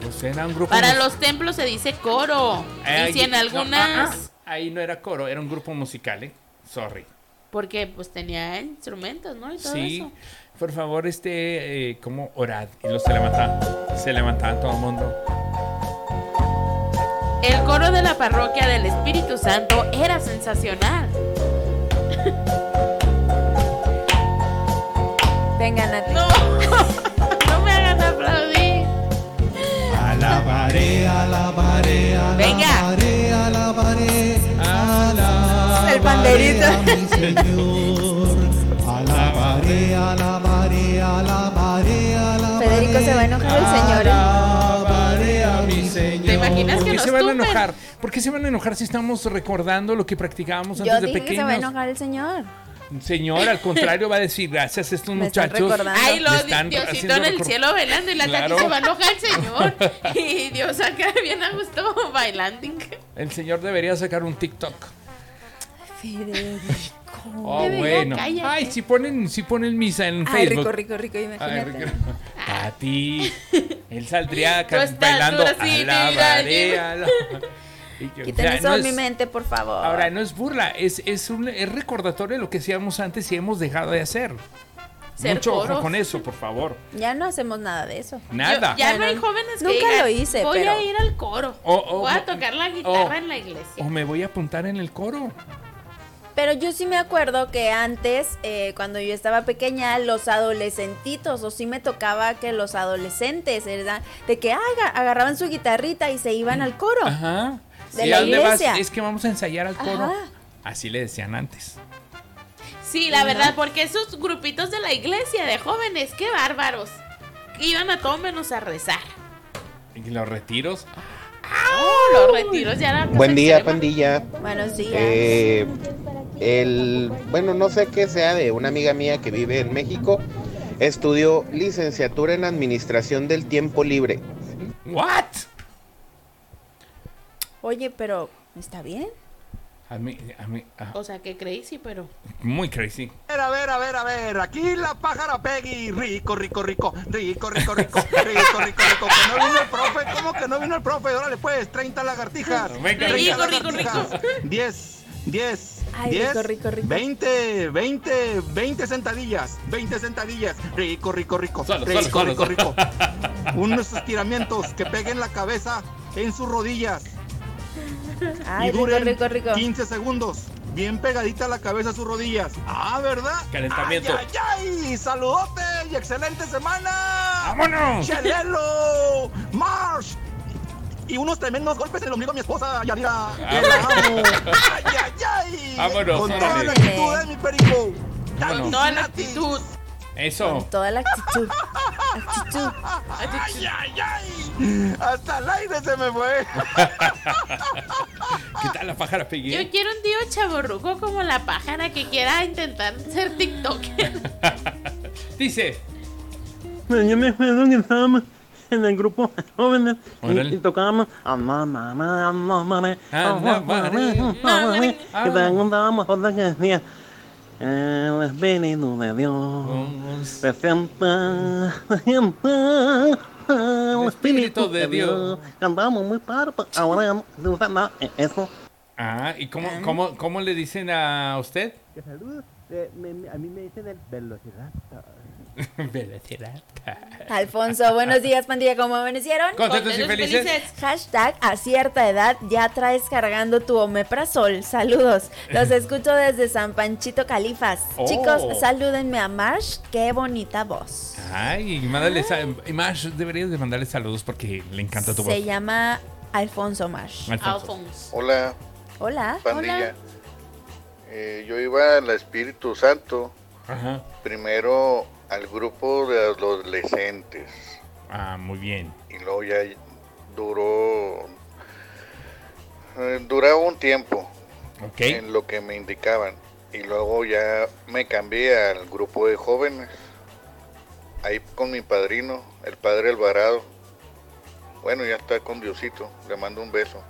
[SPEAKER 2] Pues era un grupo
[SPEAKER 3] Para
[SPEAKER 2] mus-
[SPEAKER 3] los templos se dice coro.
[SPEAKER 2] Ay,
[SPEAKER 3] y si en
[SPEAKER 2] no,
[SPEAKER 3] algunas.
[SPEAKER 2] ah, ah, ahí no era coro, era un grupo musical, ¿eh? Sorry.
[SPEAKER 3] Porque pues tenía instrumentos, ¿no? Y todo
[SPEAKER 2] Sí.
[SPEAKER 3] eso.
[SPEAKER 2] Por favor, este, eh, como orad. Y los se levantaba. Se levantaba todo el mundo.
[SPEAKER 3] El coro de la parroquia del Espíritu Santo era sensacional.
[SPEAKER 1] Vengan a ti.
[SPEAKER 3] No me hagan aplaudir.
[SPEAKER 6] Alabaré, alabaré,
[SPEAKER 3] Venga.
[SPEAKER 6] alabaré, alabaré, alabaré.
[SPEAKER 1] El panderito.
[SPEAKER 6] a mi Señor. Alabaré, alabaré, alabaré, alabaré.
[SPEAKER 1] Federico se va a enojar el señor. ¿eh?
[SPEAKER 6] Alabaré a mi Señor.
[SPEAKER 2] ¿Te
[SPEAKER 1] imaginas
[SPEAKER 2] ¿Por
[SPEAKER 1] que
[SPEAKER 2] qué
[SPEAKER 1] nos
[SPEAKER 2] se van
[SPEAKER 1] tumben?
[SPEAKER 2] a enojar? ¿Por qué se van a enojar si estamos recordando lo que practicábamos antes
[SPEAKER 1] Yo
[SPEAKER 2] de
[SPEAKER 1] dije que se va a
[SPEAKER 2] pequeños?
[SPEAKER 1] enojar el señor.
[SPEAKER 2] Señor, al contrario, va a decir gracias a estos
[SPEAKER 1] Me están
[SPEAKER 2] muchachos.
[SPEAKER 1] recordando.
[SPEAKER 3] Ay,
[SPEAKER 2] me
[SPEAKER 3] los
[SPEAKER 2] están
[SPEAKER 3] Diosito
[SPEAKER 2] haciendo
[SPEAKER 3] en el
[SPEAKER 2] recor-
[SPEAKER 3] cielo bailando y la
[SPEAKER 2] Claro.
[SPEAKER 3] Tati se va loca al Señor. Y Dios acá bien a gusto bailando.
[SPEAKER 2] El señor debería sacar un TikTok.
[SPEAKER 1] Federico.
[SPEAKER 2] Oh,
[SPEAKER 1] Federico,
[SPEAKER 2] bueno.
[SPEAKER 1] cállate.
[SPEAKER 2] Ay, si ponen, si ponen misa en
[SPEAKER 1] Ay,
[SPEAKER 2] Facebook.
[SPEAKER 1] rico, rico, rico,
[SPEAKER 2] Ay,
[SPEAKER 1] imagínate.
[SPEAKER 2] rico. Tati, él saldría
[SPEAKER 1] Tú estás
[SPEAKER 2] bailando
[SPEAKER 1] dura, sí,
[SPEAKER 2] alabaré,
[SPEAKER 1] mira,
[SPEAKER 2] ala- Y que-
[SPEAKER 1] Quiten
[SPEAKER 2] o sea,
[SPEAKER 1] eso
[SPEAKER 2] no
[SPEAKER 1] de
[SPEAKER 2] es-
[SPEAKER 1] mi mente, por favor.
[SPEAKER 2] Ahora, no es burla, es, es, un, es recordatorio de lo que hacíamos antes y hemos dejado de hacer.
[SPEAKER 1] Ser
[SPEAKER 2] Mucho
[SPEAKER 1] coros.
[SPEAKER 2] ojo con eso, por favor.
[SPEAKER 1] Ya no hacemos nada de eso.
[SPEAKER 2] Nada.
[SPEAKER 3] Ya no hay jóvenes que
[SPEAKER 1] Nunca
[SPEAKER 3] digan,
[SPEAKER 1] lo hice,
[SPEAKER 3] Voy
[SPEAKER 1] pero-
[SPEAKER 3] a ir al coro.
[SPEAKER 2] O- o-
[SPEAKER 3] voy a tocar la guitarra
[SPEAKER 2] o-
[SPEAKER 3] en la iglesia.
[SPEAKER 2] O me voy a apuntar en el coro.
[SPEAKER 1] Pero yo sí me acuerdo que antes, eh, cuando yo estaba pequeña, los adolescentitos, o sí me tocaba que los adolescentes, ¿verdad? De que ah, aga- agarraban su guitarrita y se iban al coro.
[SPEAKER 2] Ajá.
[SPEAKER 1] De
[SPEAKER 2] ¿Y
[SPEAKER 1] la
[SPEAKER 2] a dónde vas?
[SPEAKER 1] iglesia.
[SPEAKER 2] Es que vamos a ensayar al coro.
[SPEAKER 1] Ajá.
[SPEAKER 2] Así le decían antes.
[SPEAKER 3] Sí, la verdad, porque esos grupitos de la iglesia de jóvenes, qué bárbaros. Iban a todo menos a rezar.
[SPEAKER 2] Y los retiros.
[SPEAKER 3] ¡Au! Los retiros ya eran.
[SPEAKER 29] Buen día, pandilla.
[SPEAKER 1] Buenos días.
[SPEAKER 29] Eh, el, bueno, no sé qué sea de una amiga mía que vive en México. Estudió licenciatura en administración del tiempo libre.
[SPEAKER 2] ¿What?
[SPEAKER 1] Oye, pero ¿está bien?
[SPEAKER 2] A mí, a mí, a-
[SPEAKER 3] O sea, que creí, sí, pero.
[SPEAKER 2] muy crazy.
[SPEAKER 18] A ver, a ver, a ver, a ver, aquí la pájara Peggy, rico, rico, rico, rico, rico, rico, rico, rico, rico, rico, que no vino el profe, ¿cómo que no vino el profe? Órale pues, 30 lagartijas,
[SPEAKER 2] Venga.
[SPEAKER 18] 30
[SPEAKER 2] Rico, rico,
[SPEAKER 18] lagartijas, 10, 10,
[SPEAKER 1] Ay,
[SPEAKER 18] 10,
[SPEAKER 1] rico, rico, rico.
[SPEAKER 18] 20, 20, 20 sentadillas, 20 sentadillas, rico, rico, rico,
[SPEAKER 2] Solo,
[SPEAKER 18] rico,
[SPEAKER 2] solo, solo,
[SPEAKER 18] rico,
[SPEAKER 2] solo.
[SPEAKER 18] rico, unos estiramientos que peguen la cabeza en sus rodillas
[SPEAKER 1] Ay,
[SPEAKER 18] y
[SPEAKER 1] rico,
[SPEAKER 18] duren
[SPEAKER 1] rico, rico.
[SPEAKER 18] 15 segundos. Bien pegadita la cabeza a sus rodillas. Ah, ¿verdad?
[SPEAKER 2] Calentamiento.
[SPEAKER 18] ¡Ay, ay, ay! ¡Saludote y excelente semana!
[SPEAKER 2] ¡Vámonos!
[SPEAKER 18] ¡Chelelo! ¡Marsh! Y unos tremendos golpes en el ombligo a mi esposa, Yanira. ¡Que la amo!
[SPEAKER 2] Vámonos.
[SPEAKER 18] ¡Ay, ay, ay!
[SPEAKER 2] Vámonos,
[SPEAKER 18] Con toda
[SPEAKER 2] órale.
[SPEAKER 18] la actitud de mi perico.
[SPEAKER 2] Vámonos.
[SPEAKER 3] Toda la actitud.
[SPEAKER 2] Eso.
[SPEAKER 1] Toda la actitud. Actitud.
[SPEAKER 18] ¡Ay, ay, ay! ¡Hasta el aire se me fue!
[SPEAKER 2] ¿Qué tal la pájara Peggy?
[SPEAKER 3] Yo quiero un tío chaborruco como la pájara que quiera intentar ser TikToker.
[SPEAKER 2] Dice.
[SPEAKER 25] Yo me acuerdo que estábamos en el grupo de jóvenes
[SPEAKER 2] Órale.
[SPEAKER 25] y, y tocábamos "Ah, "Amá, mamá, amá, mamá, amá, mamá, amá, mamá",
[SPEAKER 2] Ándale.
[SPEAKER 25] y preguntábamos otra que decía "Eh, el Espíritu de Dios se sienta, se sienta el Espíritu de Dios cantábamos muy padre pero ahora ya no se usa nada de eso
[SPEAKER 2] Ah, ¿y cómo, cómo, cómo le dicen a usted?
[SPEAKER 25] que saludos a mí me dicen el velocidad
[SPEAKER 2] Velocidad.
[SPEAKER 1] Alfonso, buenos días, pandilla. ¿Cómo amanecieron?
[SPEAKER 2] Contentos y Contentos y felices.
[SPEAKER 1] Hashtag a cierta edad ya traes cargando tu omeprazol. Saludos. Los escucho desde San Panchito, Califas.
[SPEAKER 2] Oh.
[SPEAKER 1] Chicos, salúdenme a Marsh. Qué bonita voz.
[SPEAKER 2] Ay, y mándale sal- y más, deberías de mandarle saludos porque le encanta tu voz.
[SPEAKER 1] Se llama Alfonso Marsh.
[SPEAKER 2] Alfonso.
[SPEAKER 16] Hola,
[SPEAKER 1] Hola.
[SPEAKER 16] pandilla. Eh, yo iba a la Espíritu Santo,
[SPEAKER 2] Ajá.
[SPEAKER 16] primero al grupo de adolescentes,
[SPEAKER 2] Ah, muy bien.
[SPEAKER 16] y luego ya duró. eh, duraba un tiempo
[SPEAKER 2] Ok.
[SPEAKER 16] en lo que me indicaban, y luego ya me cambié al grupo de jóvenes, ahí con mi padrino, el padre Alvarado. Bueno, ya está con Diosito, le mando un beso.